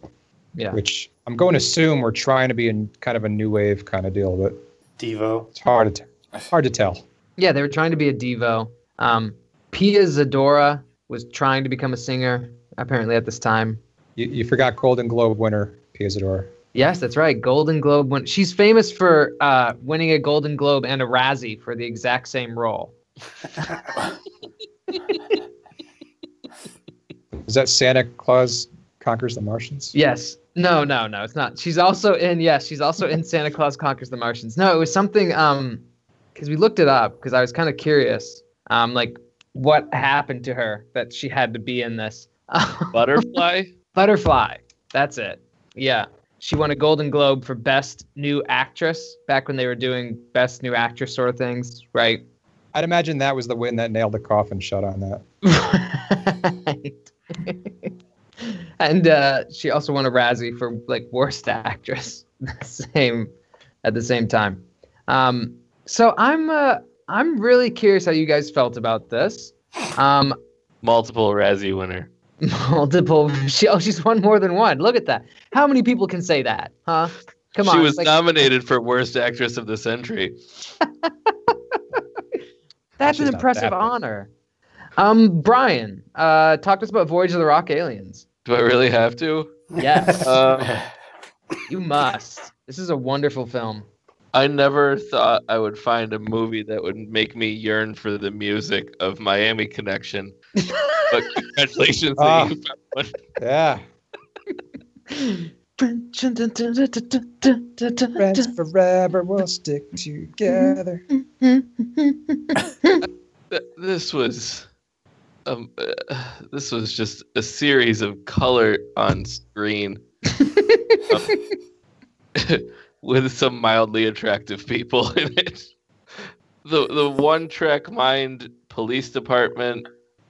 C: yeah
D: Which I'm going to assume we're trying to be in kind of a new wave kind of deal, but
A: Devo.
D: it's hard to t- hard to tell.
C: Yeah, they were trying to be a Devo. Um, Pia Zadora was trying to become a singer, apparently, at this time.
D: You, you forgot Golden Globe winner Piazzador.
C: Yes, that's right. Golden Globe win. She's famous for uh, winning a Golden Globe and a Razzie for the exact same role.
D: Is that Santa Claus conquers the Martians?
C: Yes. No, no, no, it's not. She's also in, yes, she's also in Santa Claus Conquers the Martians. No, it was something, um, because we looked it up because I was kind of curious, um, like what happened to her that she had to be in this.
B: Butterfly?
C: Butterfly. That's it. Yeah. She won a Golden Globe for Best New Actress back when they were doing Best New Actress sort of things, right?
D: I'd imagine that was the win that nailed the coffin shut on that.
C: Right. and uh, she also won a Razzie for like Worst Actress, the same at the same time. Um, so I'm uh, I'm really curious how you guys felt about this. Um,
B: Multiple Razzie winner.
C: multiple. She, oh, she's won more than one. Look at that. How many people can say that? Huh? Come on.
B: she
C: it's
B: was
C: like-
B: nominated for worst actress of the century.
C: That's
D: She's
C: an
D: not
C: impressive
D: that big.
C: honor. Um, Brian, uh, talk to us about Voyage of the Rock Aliens.
B: Do I really have to?
C: Yes,
B: Um,
C: you must. This is a wonderful film.
B: I never thought I would find a movie that would make me yearn for the music of Miami Connection. but congratulations
D: Ah.
B: that you found one.
D: Yeah. Friends forever will stick together.
B: Th- This was, um, uh, this was just a series of color on screen, um, with some mildly attractive people in it. The the one track mind police department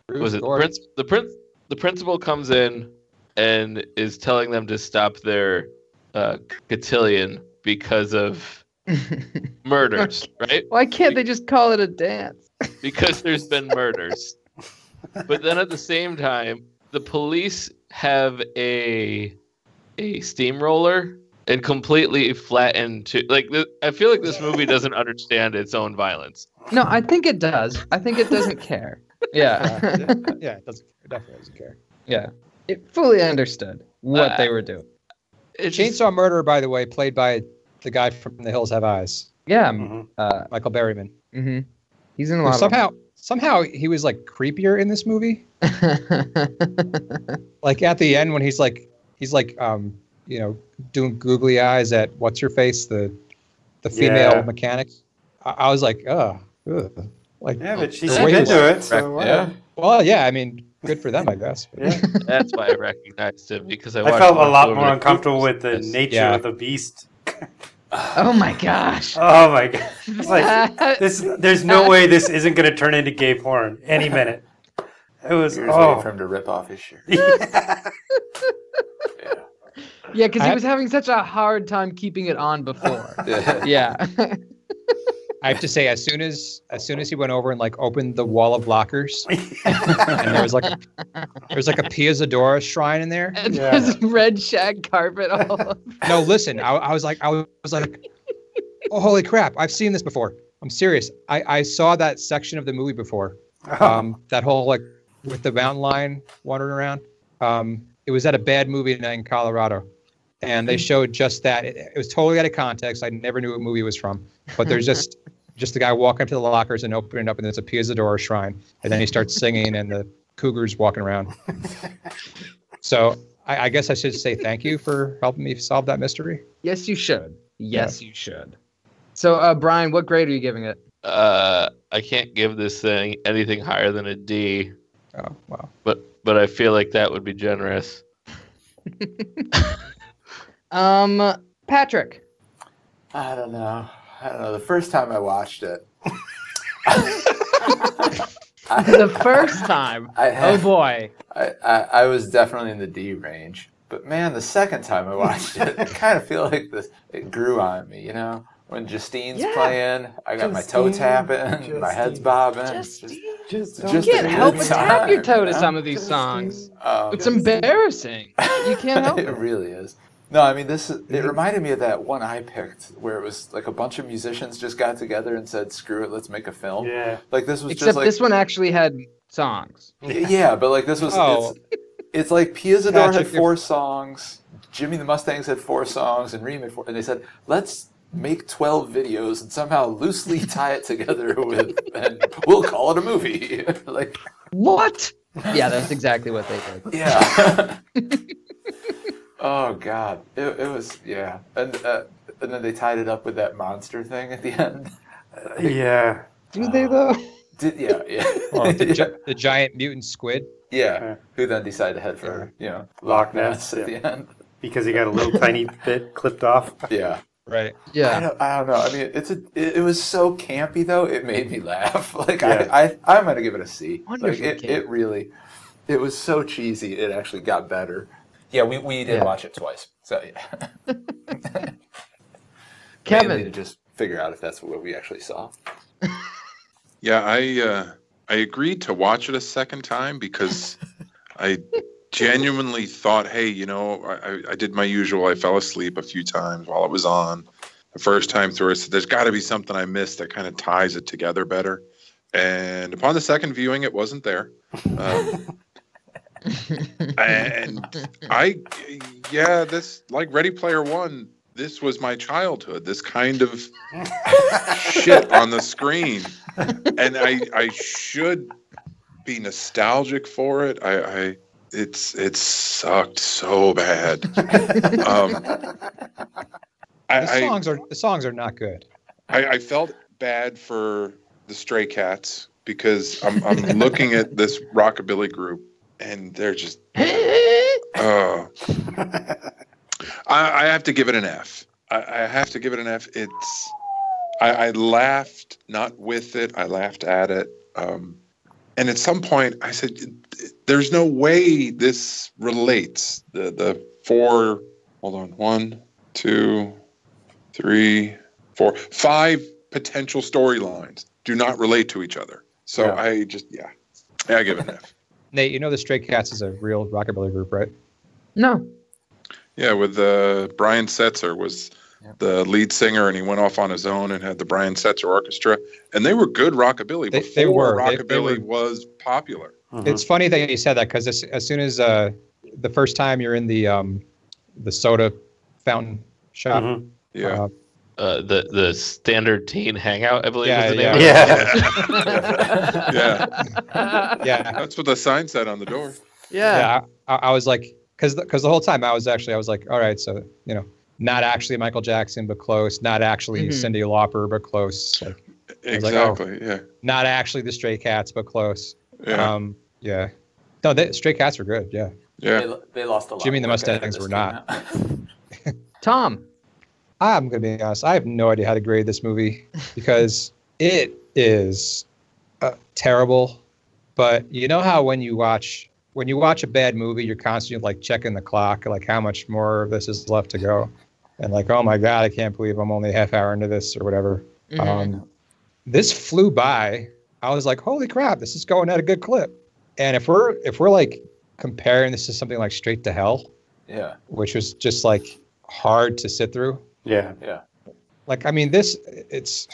B: was it the
D: Gordon.
B: prince the prince the principal comes in and is telling them to stop their uh, cotillion because of murders, right?
C: Why can't they just call it a dance?
B: because there's been murders. But then at the same time, the police have a a steamroller and completely flattened to like th- I feel like this movie doesn't understand its own violence.
C: No, I think it does. I think it doesn't care.
G: Yeah,
D: Uh, Yeah, it doesn't care. Definitely doesn't care.
G: yeah. It fully understood what they were doing.
B: It's just-
D: Chainsaw Murderer, by the way, played by the guy from The Hills Have Eyes,
G: Yeah, m-
A: Mhm.
G: uh,
D: Michael Berryman.
C: hmm He's in a
D: Who
C: lot
D: somehow, somehow he was like creepier in this movie.
C: of. them.
D: Like at the end when he's like, he's like, um, you know, doing googly eyes at what's her face, the, the female
A: Yeah.
D: mechanic. I, I was like, oh, ugh. like,
A: Yeah, but she's
D: The way it
A: into it. So
E: yeah.
A: whatever.
D: well, yeah. I mean, good for them, I guess. but-
A: Yeah.
B: that's why I recognized it because I,
A: I
B: watched
A: felt a
B: Once
A: lot
B: Over
A: more
B: the
A: uncomfortable
B: Coopers.
A: with the
B: Yes.
A: nature
D: Yeah.
A: of the beast.
C: oh my gosh.
A: Oh my god! It's like
C: That-
A: this. There's no way this isn't going to turn into Gabe Horn any minute. It was
E: You're just waiting for
A: oh.
E: him to rip off his shirt.
C: yeah, because he
D: I-
C: was having such a hard time keeping it on before.
E: Yeah.
C: yeah.
D: I have to say, as soon as as soon as he went over and like opened the wall of lockers, and there was like a, there was like a Pia Zadora shrine in there.
C: And
A: Yeah.
C: there's red shag carpet all over.
D: No, listen, I, I was like, I was like, oh holy crap, I've seen this before. I'm serious. I I saw that section of the movie before. Um, that whole like with the mountain lion wandering around. Um, it was at a bad movie night in Colorado, and they showed just that. It, it was totally out of context. I never knew what movie it was from, but there's just just the guy walking up to the lockers and opening up, and there's a Pia Zadora shrine, and then he starts singing, and the cougars walking around. So I, I guess I should say thank you for helping me solve that mystery.
C: Yes, you should. Yes, you should. So, uh, Brian, what grade are you giving it?
B: Uh, I can't give this thing anything higher than a D,
D: Oh wow.
B: but but I feel like that would be generous.
C: Um, Patrick.
E: I don't know. I don't know. The first time I watched it,
C: The
E: I,
C: first time.
E: I
C: Oh
E: had,
C: boy.
E: I, I, I was definitely in the D range. But man, the second time I watched it, I kind of feel like this, it grew on me, you know? When Justine's
C: Yeah.
E: playing, I got my toe
A: Justine,
E: tapping, my head's
A: Justine.
E: bobbing.
C: Just,
E: Just-
C: you
A: Just,
E: Just
C: can't
E: a
C: help
E: good
C: but tap your toe to
E: time,
C: some of these
A: Justine.
C: songs.
E: um,
C: It's embarrassing. You can't help
E: it
C: it.
E: really is. No, I mean this. Is, it
C: Mm-hmm.
D: Mhm.
E: reminded me of that one I picked, where it was like a bunch of musicians just got together and said, "Screw it, let's make a film."
A: Yeah.
E: Like this was
C: Except
E: just like
C: this one actually had songs.
E: yeah, but like this was
D: Oh.
E: it's, it's like Piazzador had
D: Patrick, you're-
E: four songs, Jimmy the Mustangs had four songs, and Ream had four, and they said let's make twelve videos and somehow loosely tie it together with, and we'll call it a movie. like
C: What? Yeah, that's exactly what they did.
E: yeah. oh God, it, it was yeah, and uh, and then they tied it up with that monster thing at the end.
A: Yeah.
C: Do they though?
E: Did yeah yeah
D: Or the,
E: yeah,
D: gi- the giant mutant squid.
E: yeah. Who then decided to head for you know
A: Loch
E: Loch
A: Ness,
E: Ness at the end?
A: Because he got a little tiny bit clipped off.
E: Yeah.
D: Right.
E: I
C: Yeah.
E: don't, I don't know. I mean, it's a, it, it was so campy though. It made me laugh. Like
A: Yeah.
E: I, I, I'm gonna give it a C. Like
C: Wonderful
E: it,
C: camp.
E: it really, it was so cheesy. It actually got better. Yeah, we, we did
C: Yeah.
E: watch it twice. So yeah, mainly to
C: Kevin.
E: just figure out if that's what we actually saw.
F: Yeah, I uh, I agreed to watch it a second time because I genuinely thought, hey, you know, I, I- I did my usual. I fell asleep a few times while it was on. The first time through, I said, there's got to be something I missed that kind of ties it together better. And upon the second viewing, it wasn't there. Um, and I, yeah, this like Ready Player One. This was my childhood. This kind of shit on the screen, and I I should be nostalgic for it. I, I it's it sucked so bad. um,
D: the
F: I, I,
D: songs are the songs are not good.
F: I I felt bad for the Stray Cats because I'm I'm looking at this rockabilly group and they're just uh, I, I have to give it an F. I, I have to give it an F. It's I, I laughed not with it. I laughed at it. Um, and at some point, I said, "There's no way this relates." The the four. Hold on. One, two, three, four, five potential storylines do not relate to each other. So
E: Yeah.
F: I just yeah, yeah, I give it an F.
D: Nate, you know the Stray Cats is a real rockabilly group, right?
F: Mm-hmm.
C: no.
F: Yeah, with uh, Brian Setzer was
E: Yeah.
F: the lead singer, and he went off on his own and had the Brian Setzer Orchestra, and they were good rockabilly
D: They-
F: before
D: they were. They-
F: rockabilly
D: they were-
F: was popular.
A: Mhm.
D: It's funny that you said that because as, as soon as uh, the first time you're in the um, the soda fountain shop,
A: Mhm.
F: Mm-hmm. Yeah,
D: uh,
B: Uh, the the standard teen hangout, I believe,
D: Yeah,
B: is the
D: yeah.
B: name.
A: Yeah.
D: yeah,
F: that's what the sign said on the door.
C: Yeah.
D: yeah. I, I was like, because because the whole time I was actually I was like, all right, so you know, not actually Michael Jackson, but close. Not actually
C: Mhm.
D: Cindy Lauper, but close. Like, was like, oh.
F: Exactly. yeah,
D: not actually the Stray Cats, but close.
F: yeah,
D: Um, yeah. No, they, Stray Cats were good. Yeah.
F: yeah.
E: They, they lost a lot.
D: Jimmy and the
E: of work after
D: Mustangs
E: this
D: were
E: came
D: not.
E: out.
C: Tom.
D: I'm gonna be honest. I have no idea how to grade this movie because it is uh, terrible. But you know how when you watch when you watch a bad movie, you're constantly like checking the clock, like how much more of this is left to go, and like oh my god, I can't believe I'm only a half hour into this or whatever.
C: Mhm.
D: Um, this flew by. I was like, holy crap, this is going at a good clip. And if we're if we're like comparing this to something like Straight to Hell,
E: yeah,
D: which was just like hard to sit through.
A: Yeah.
D: Like I mean, this it's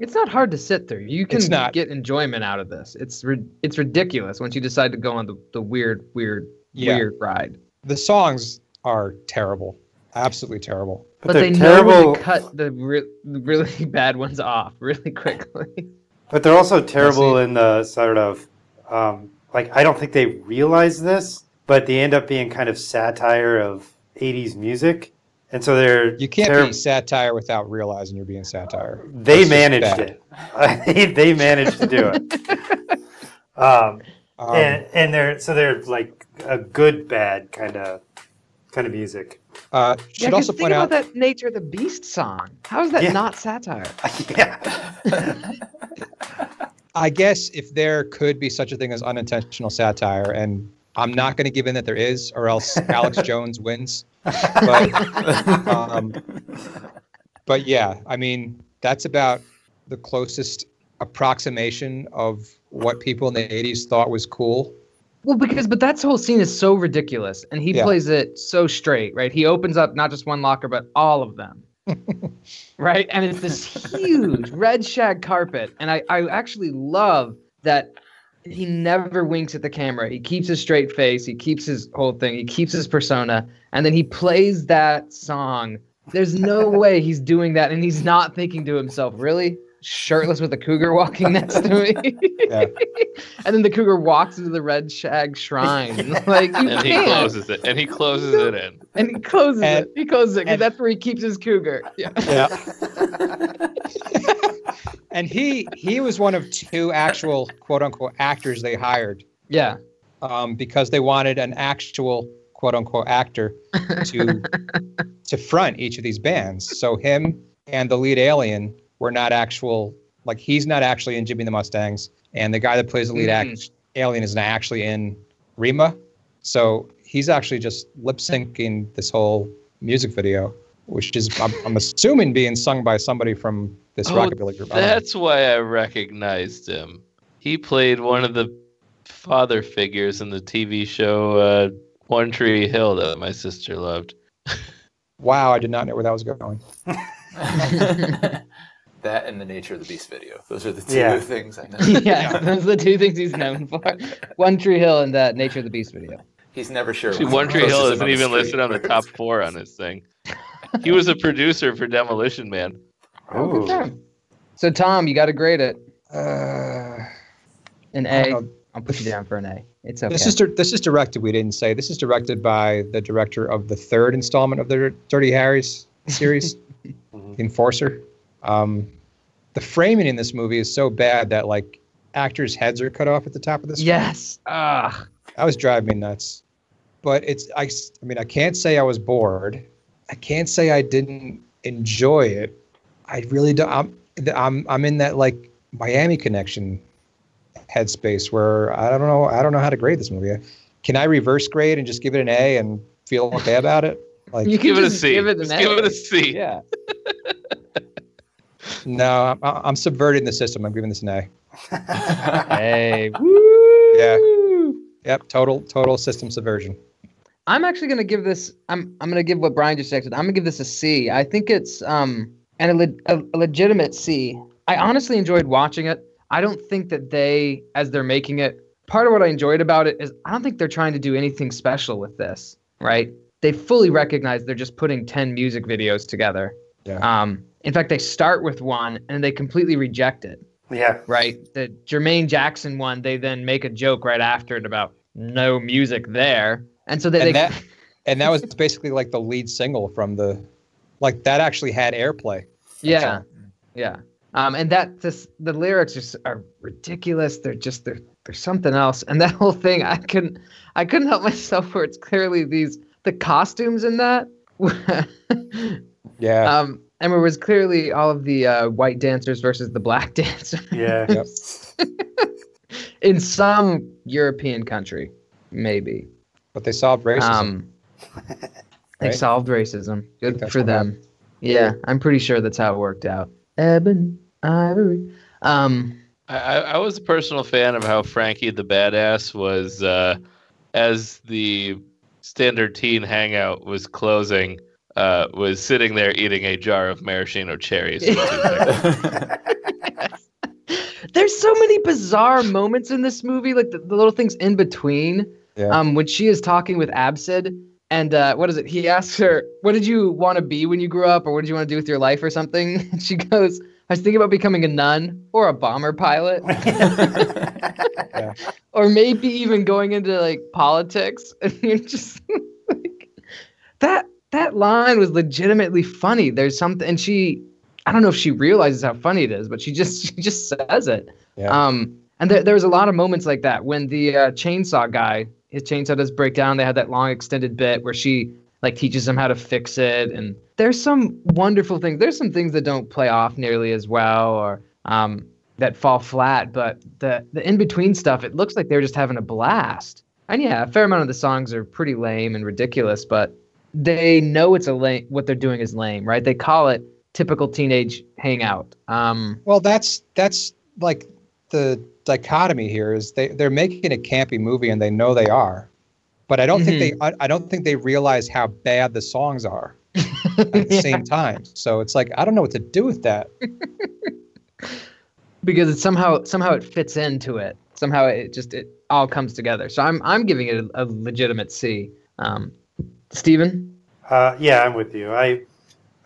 C: It's not hard to sit through. You can
D: It's not.
C: get enjoyment out of this. It's ri- it's ridiculous once you decide to go on the, the weird, weird,
D: Yeah.
C: weird ride.
D: the songs are terrible, absolutely terrible.
C: But,
A: they're
C: they know when to cut the re- the really bad ones off really quickly.
A: But they're also terrible
D: see.
A: in the sort of um, like I don't think they realize this, but they end up being kind of satire of '80s music, and so they're
D: You can't
A: terrib-
D: be satire without realizing you're being satire.
A: They
D: that's just
A: managed
D: bad.
A: it. they, they managed to do it. Um,
D: Um,
A: and and they're so they're like a good bad kind of kind of music.
D: uh, should
C: yeah, 'cause
D: also
C: think
D: point
C: about
D: out
C: that Nature of the Beast song. How is that
A: Yeah.
C: not satire?
A: yeah.
D: I guess if there could be such a thing as unintentional satire, and I'm not going to give in that there is, or else Alex Jones wins. But, um, but yeah, I mean, that's about the closest approximation of what people in the 80s thought was cool.
C: Well, because but that whole scene is so ridiculous, and he
D: Yeah.
C: plays it so straight, right? He opens up not just one locker, but all of them, right? And it's this huge red shag carpet, and I I actually love that he never winks at the camera. He keeps his straight face. He keeps his whole thing. He keeps his persona, and then he plays that song. There's no way he's doing that, and he's not thinking to himself, really. Shirtless with a cougar walking next to me.
D: Yeah.
C: And then the cougar walks into the red shag shrine. and, Like you
B: And he
C: can't.
B: closes it. And he closes it in.
C: and he closes
D: And-
C: it. He closes it. 'cause
D: and-
C: that's where he keeps his cougar. Yeah.
D: Yeah. and he he was one of two actual quote unquote actors they hired
C: Yeah.
D: um, because they wanted an actual quote unquote actor to to front each of these bands. So him and the lead alien were not actual like he's not actually in Jimmy and the Mustangs, and the guy that plays the lead
B: Mm-hmm.
D: act alien is not actually in Rima. So he's actually just lip syncing this whole music video, which is I'm, I'm assuming being sung by somebody from this
B: Oh,
D: rockabilly group. I don't know.
B: That's why I recognized him. He played one of the father figures in the TV show uh, One Tree Hill that my sister loved.
D: Wow, I did not know where that was going.
E: That and the Nature of the Beast video. Those are the two
A: Yeah.
E: things I know.
C: yeah, those are the two things he's known for: One Tree Hill and that Nature of the Beast video.
E: He's never sure.
B: See,
E: when
B: One Tree
E: someone
B: Hill
E: approaches
B: isn't
E: him
B: even
E: the street.
B: listed on the top four on his thing. He was a producer for Demolition Man.
C: Oh, good
A: Ooh.
C: time. So Tom, you got to grade it
D: Uh,
C: an
D: I don't
C: A.
D: know.
C: I'll put you down for an A. It's okay.
D: This is dir- this is directed. We didn't say this is directed by the director of the third installment of the Dirty Harry's series,
A: Mhm.
D: Enforcer. Um, the framing in this movie is so bad that like actors' heads are cut off at the top of the screen.
C: yes. Ah.
D: that was driving me nuts. But it's I, s- I mean I can't say I was bored. I can't say I didn't enjoy it. I really don't. I'm th- I'm I'm in that like Miami connection headspace where I don't know I don't know how to grade this movie. Can I reverse grade and just give it an A and feel okay about it? Like
C: You can
B: Give it a
C: just
B: C.
C: Give it an
B: Just give it a C.
C: Yeah.
D: no, I'm, I'm subverting the system. I'm giving this an A.
C: Hey. Woo.
D: Yeah. Yep. Total total system subversion.
C: I'm actually gonna give this. I'm I'm gonna give what Brian just texted. I'm gonna give this a C. I think it's um and a, le- a, a legitimate C. I honestly enjoyed watching it. I don't think that they, as they're making it, part of what I enjoyed about it is I don't think they're trying to do anything special with this, right? They fully recognize they're just putting ten music videos together.
D: Yeah.
C: Um. In fact, they start with one and they completely reject it
A: Yeah.
C: right? The Jermaine Jackson one, they then make a joke right after it about no music there. And so they,
D: And
C: they
D: that- And that was basically like the lead single from the like that actually had airplay.
C: yeah, yeah. Um, and that just the lyrics just are ridiculous. They're just they're they're something else. And that whole thing, I couldn't I couldn't help myself. Where it's clearly these the costumes in that,
D: Yeah.
C: um, and where it was clearly all of the uh, white dancers versus the black dancers
A: Yeah.
D: Yep.
C: in some European country, maybe.
D: But they solved racism.
C: Um, They
D: Right?
C: solved racism. Good
D: that's
C: for
D: what
C: them. Yeah, I'm pretty sure that's how it worked out. Ebon ivory. Um,
B: I, I I was a personal fan of how Frankie the Badass was uh, as the standard teen hangout was closing. Uh, was sitting there eating a jar of maraschino cherries. for two seconds.
C: there's so many bizarre moments in this movie, like the, the little things in between.
D: Yeah.
C: Um, when she is talking with Absid, and uh, what is it? He asks her, "What did you want to be when you grew up, or what did you want to do with your life, or something?" And she goes, "I was thinking about becoming a nun or a bomber pilot." or maybe even going into like politics and you're just like that that line was legitimately funny there's something and she i don't know if she realizes how funny it is but she just she just says it
D: Yeah.
C: um and there, there was a lot of moments like that when the uh, chainsaw guy his chainsaw does break down they had that long extended bit where she like teaches him how to fix it and there's some wonderful things there's some things that don't play off nearly as well or um that fall flat, but the the in between stuff, it looks like they're just having a blast. And yeah, a fair amount of the songs are pretty lame and ridiculous, but they know it's a lame. What they're doing is lame, right? They call it typical teenage hangout. Um,
D: well, that's that's like the dichotomy here is they they're making a campy movie and they know they are, but I don't think they
C: Mm-hmm.
D: I, I don't think they realize how bad the songs are at the
C: yeah,
D: same time. So it's like I don't know what to do with that.
C: because it somehow somehow it fits into it. Somehow it just it all comes together. So I'm I'm giving it a, a legitimate C. Um, Steven?
A: Uh, yeah, I'm with you. I,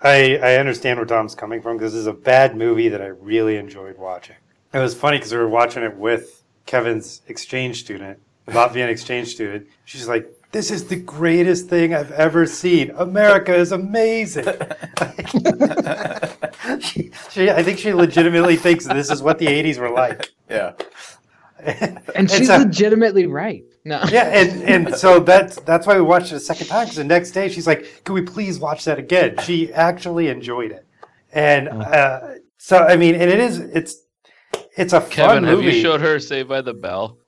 A: I, I understand where Tom's coming from because this is a bad movie that I really enjoyed watching. It was funny because we were watching it with Kevin's exchange student, Latvian exchange student. She's like, "This is the greatest thing I've ever seen. America is amazing." she, she, I think she legitimately thinks this is what the '80s were like.
E: yeah.
C: And she's
A: so-
C: legitimately right. No.
A: yeah, and and so that's that's why we watched it a second time because the next day she's like, "Can we please watch that again?" She actually enjoyed it, and
B: Hmm.
A: uh, so I mean, and it is it's it's a fun
B: Kevin, have
A: movie.
B: you showed her Saved by the Bell?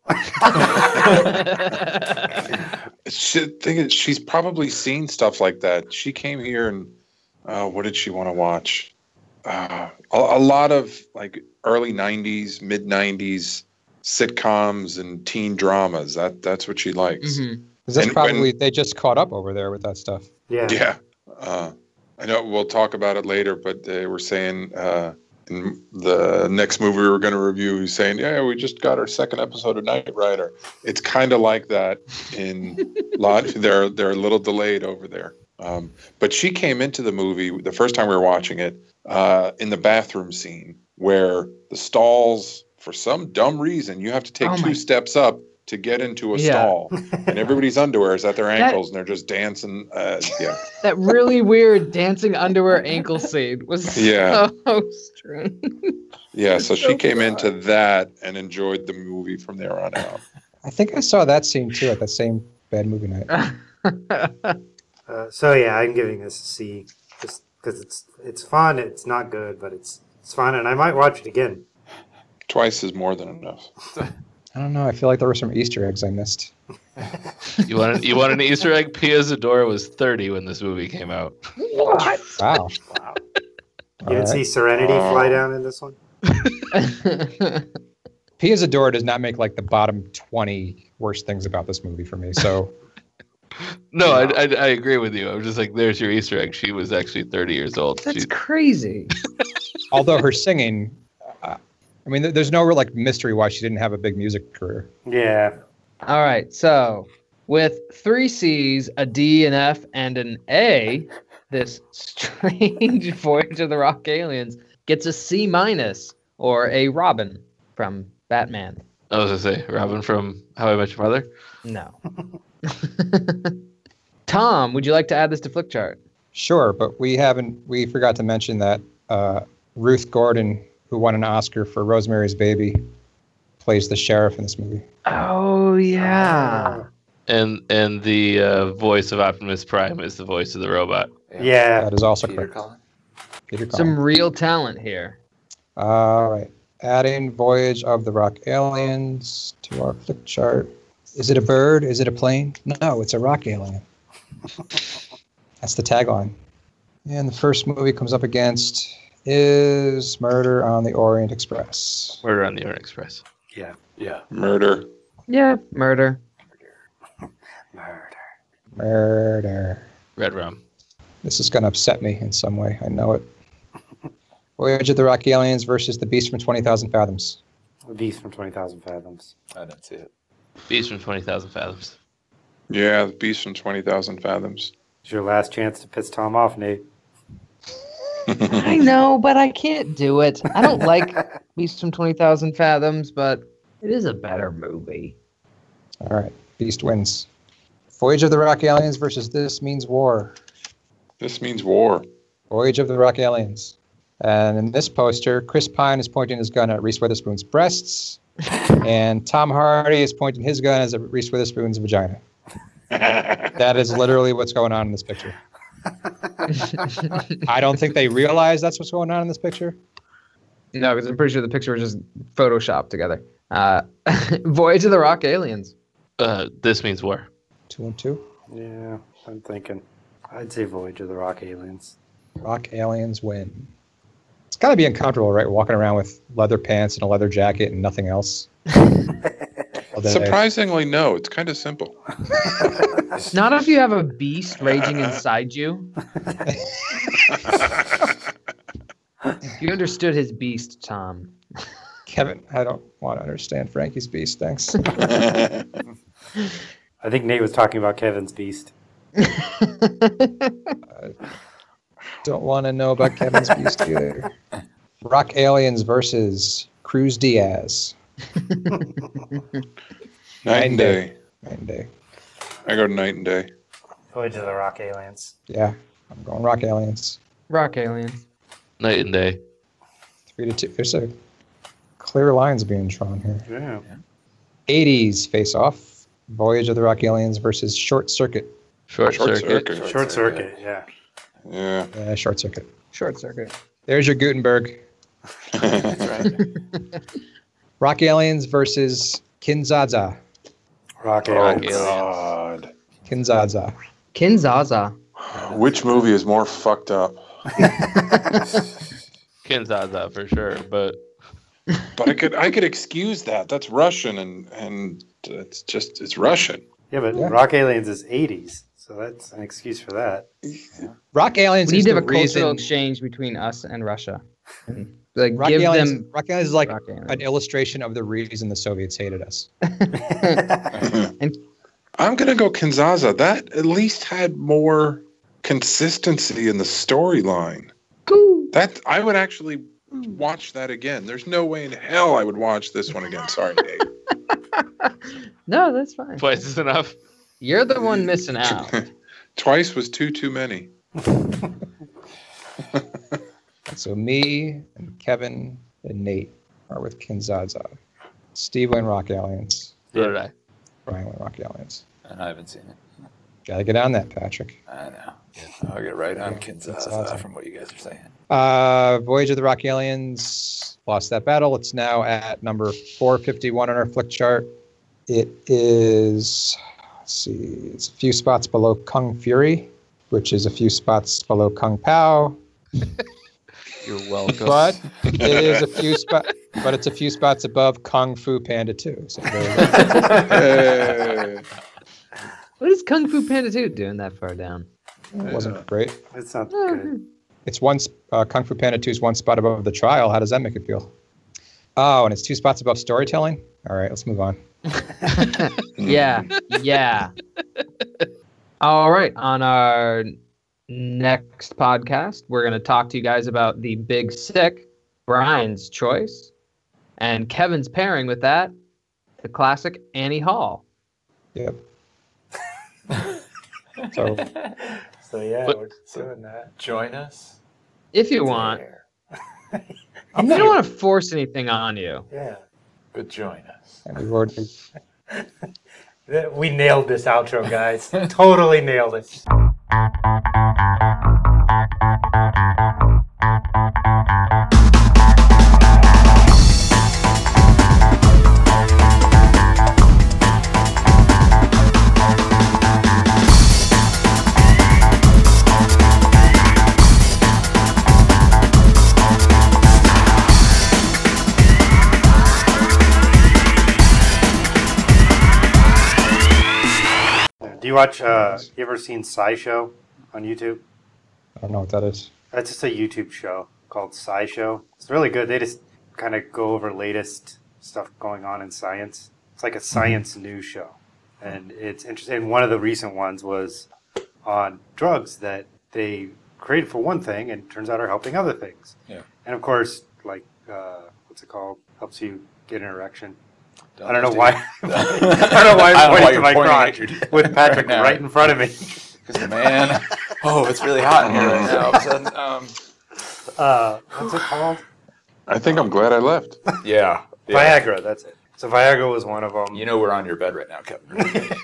F: She, thing is, she's probably seen stuff like that. She came here and uh, what did she want to watch? Uh, a, a lot of like early '90s, mid '90s sitcoms and teen dramas. That that's what she likes.
C: Mhm.
D: 'Cause that's
F: And when-
D: probably they just caught up over there with that stuff.
A: yeah.
F: Yeah. Uh, I know we'll talk about it later, but they were saying uh, And the next movie we were going to review, he's saying, "Yeah, we just got our second episode of Knight Rider." It's kind of like that in lot. They're they're a little delayed over there. Um, but she came into the movie the first time we were watching it uh, in the bathroom scene where the stalls, for some dumb reason, you have to take
C: Oh
F: two
C: my-
F: steps up to get into a
C: Yeah.
F: stall, and everybody's underwear is at their
C: That-
F: ankles, and they're just dancing. Uh, yeah,
C: That really weird dancing underwear ankle scene was
F: Yeah.
C: so strange.
F: yeah. So she
C: So
F: came into that and enjoyed the movie from there on out.
D: I think I saw that scene too at that same bad movie night.
A: Uh, so yeah, I'm giving this a C, just because it's it's fun. It's not good, but it's it's fun, and I might watch it again.
F: Twice is more than enough.
D: I don't know. I feel like there were some Easter eggs I missed.
B: You want you want an Easter egg? Pia Zadora was 30 when this movie came out.
C: what?
D: Wow.
A: Wow! You
D: All
A: didn't
D: right.
A: see Serenity fly
F: Oh.
A: down in this one?
D: Pia Zadora does not make like the bottom 20 worst things about this movie for me. So
B: No, I, I, I agree with you. I was just like, there's your Easter egg. She was actually 30 years old.
C: That's
B: She-
C: crazy.
D: although her singing, uh, I mean, there- there's no real like mystery why she didn't have a big music career.
A: Yeah,
C: All right, so with three C's, a D, an F, and an A, this strange voyage of the rock aliens gets a C minus or a Robin from Batman.
B: I was gonna say Robin from How I Met Your Mother.
C: No. Tom, would you like to add this to Flick Chart?
D: Sure, but we haven't. We forgot to mention that uh, Ruth Gordon, who won an Oscar for Rosemary's Baby, plays the sheriff in this movie.
C: Oh yeah.
B: And and the uh, voice of Optimus Prime is the voice of the robot.
A: yeah.
D: That is also
E: Peter
D: correct.
E: Cullen.
D: Peter Cullen.
C: Some real talent here.
D: All right. Adding Voyage of the Rock Aliens to our flick chart. Is it a bird? Is it a plane? No, it's a rock alien. That's the tagline. And the first movie comes up against is Murder on the Orient Express.
B: Murder on the Orient Express.
E: Yeah.
F: Murder.
C: Yeah, murder.
A: Murder.
D: Murder.
B: Red Rum.
D: This is going to upset me in some way. I know it. Voyage of the Rock Aliens versus the Beast from 20,000 Fathoms.
A: The Beast from Twenty Thousand Fathoms.
E: I didn't see it.
B: Beast from Twenty Thousand Fathoms.
F: Yeah, the Beast from Twenty Thousand Fathoms.
A: It's your last chance to piss Tom off, Nate.
C: I know, but I can't do it. I don't like Beast from 20,000 Fathoms, but it is a better movie.
D: All right. Beast wins. Voyage of the Rock Aliens versus This Means War.
F: this means war.
D: Voyage of the Rock Aliens. And in this poster, Chris Pine is pointing his gun at Reese Witherspoon's breasts, and Tom Hardy is pointing his gun as at Reese Witherspoon's vagina. That is literally what's going on in this picture. I don't think they realize that's what's going on in this picture.
G: No, because I'm pretty sure the picture was just photoshopped together. Uh, Voyage of the Rock Aliens.
B: Uh, this means war.
D: Two and two.
A: Yeah, I'm thinking. I'd say Voyage of the Rock Aliens.
D: Rock Aliens win. It's got to be uncomfortable, right? Walking around with leather pants and a leather jacket and nothing else. Although they-
F: Surprisingly, no. It's kind of simple.
C: Not if you have a beast raging inside you. If you understood his beast, Tom.
D: Kevin, I don't want to understand Frankie's beast. Thanks.
A: I think Nate was talking about Kevin's Beast.
D: Don't want to know about Kevin's Beast either. Rock Aliens versus Cruz Diaz.
F: night and day.
D: Night and uh, day.
F: I go to night and day.
A: Voyage of the Rock Aliens.
D: Yeah, I'm going Rock Aliens.
C: Rock aliens.
B: Night and day.
D: Three to two. There's a clear lines being drawn here.
A: Yeah.
D: 80s face off. Voyage of the Rock Aliens versus Short Circuit.
B: Short,
F: Short
B: circuit.
F: circuit.
A: Short Circuit, yeah.
F: Yeah.
D: Yeah, Short Circuit.
G: Short circuit.
D: There's your Gutenberg.
E: That's right.
D: Rock Aliens versus Kinzaza.
A: Rock
F: oh
A: Aliens.
F: God.
D: Kinzaza.
C: Kinzaza.
F: Which movie is more fucked up?
B: Kinzaza for sure. But
F: But I could I could excuse that. That's Russian and and it's just it's Russian.
A: Yeah, but
D: Yeah.
A: Rock Aliens is 80s, so that's an excuse for that.
D: Rock Aliens
C: We need
D: is
C: to
D: the
C: have a cultural
D: reason.
C: exchange between us and Russia. Like
D: Rocky
C: give
D: Island is-
C: them
D: Rocky Island is like
C: Rocky Island.
D: an illustration of the reason the Soviets hated us.
F: I'm gonna go Kinzaza. That at least had more consistency in the storyline. That I would actually watch that again. There's no way in hell I would watch this one again. Sorry, Dave.
C: No, that's fine.
B: Twice is enough.
C: You're the one missing out.
F: Twice was too too many.
D: So me and Kevin and Nate are with Kinzaza. Steve went Rock Alliance.
B: So did I.
D: Brian went Rock Alliance.
E: And I haven't seen it.
D: Gotta get on that, Patrick.
E: I know. I'll get right on
D: Yeah,
E: Kinzaza
D: that's awesome.
E: from what you guys are saying.
D: Uh, Voyage of the Rock Aliens lost that battle. It's now at number 451 on our flick chart. It is, let's see, it's a few spots below Kung Fury, which is a few spots below Kung Pao,
B: You're welcome.
D: but it is a few spots, but it's a few spots above Kung Fu Panda 2. So there we go.
F: Hey.
C: What is Kung Fu Panda 2 doing that far down?
D: It wasn't great.
A: That's not good.
D: It's one sp- uh, Kung Fu Panda 2 is one spot above the trial. How does that make it feel? Oh, and it's two spots above storytelling. All right, let's move on.
C: Yeah, yeah. All right, on our next podcast, we're going to talk to you guys about the Big Sick, Brian's choice, and Kevin's pairing with that, the classic Annie Hall.
D: Yep. so
A: So yeah,
B: But-
A: we're doing that.
E: Join us.
C: If you want,
E: there,
C: we don't want to force anything on you.
A: Yeah.
E: But join us.
D: and we've already
A: Th- We nailed this outro, guys. totally nailed it. Do you watch? Uh, you ever seen SciShow on YouTube?
D: I don't know what that is.
A: That's just a YouTube show called SciShow. It's really good. They just kind of go over latest stuff going on in science. It's like a science news show, and it's interesting. And one of the recent ones was on drugs that they created for one thing and turns out are helping other things.
E: Yeah.
A: And of course, like uh, what's it called? Helps you get an erection.
E: Don't
A: I don't know
E: do
A: why.
E: that.
A: I don't know why I'm pointing to my crotch
E: you're pointing at your-
A: with Patrick
E: now.
A: right in front of me.
E: Because man, oh, it's really hot in here right now. All of a sudden, um,
A: Uh, what's it called?
F: I think I'm glad I left.
E: yeah, yeah.
A: Viagra. That's it. So Viagra was one of them.
E: You know we're on your bed right now, Kevin.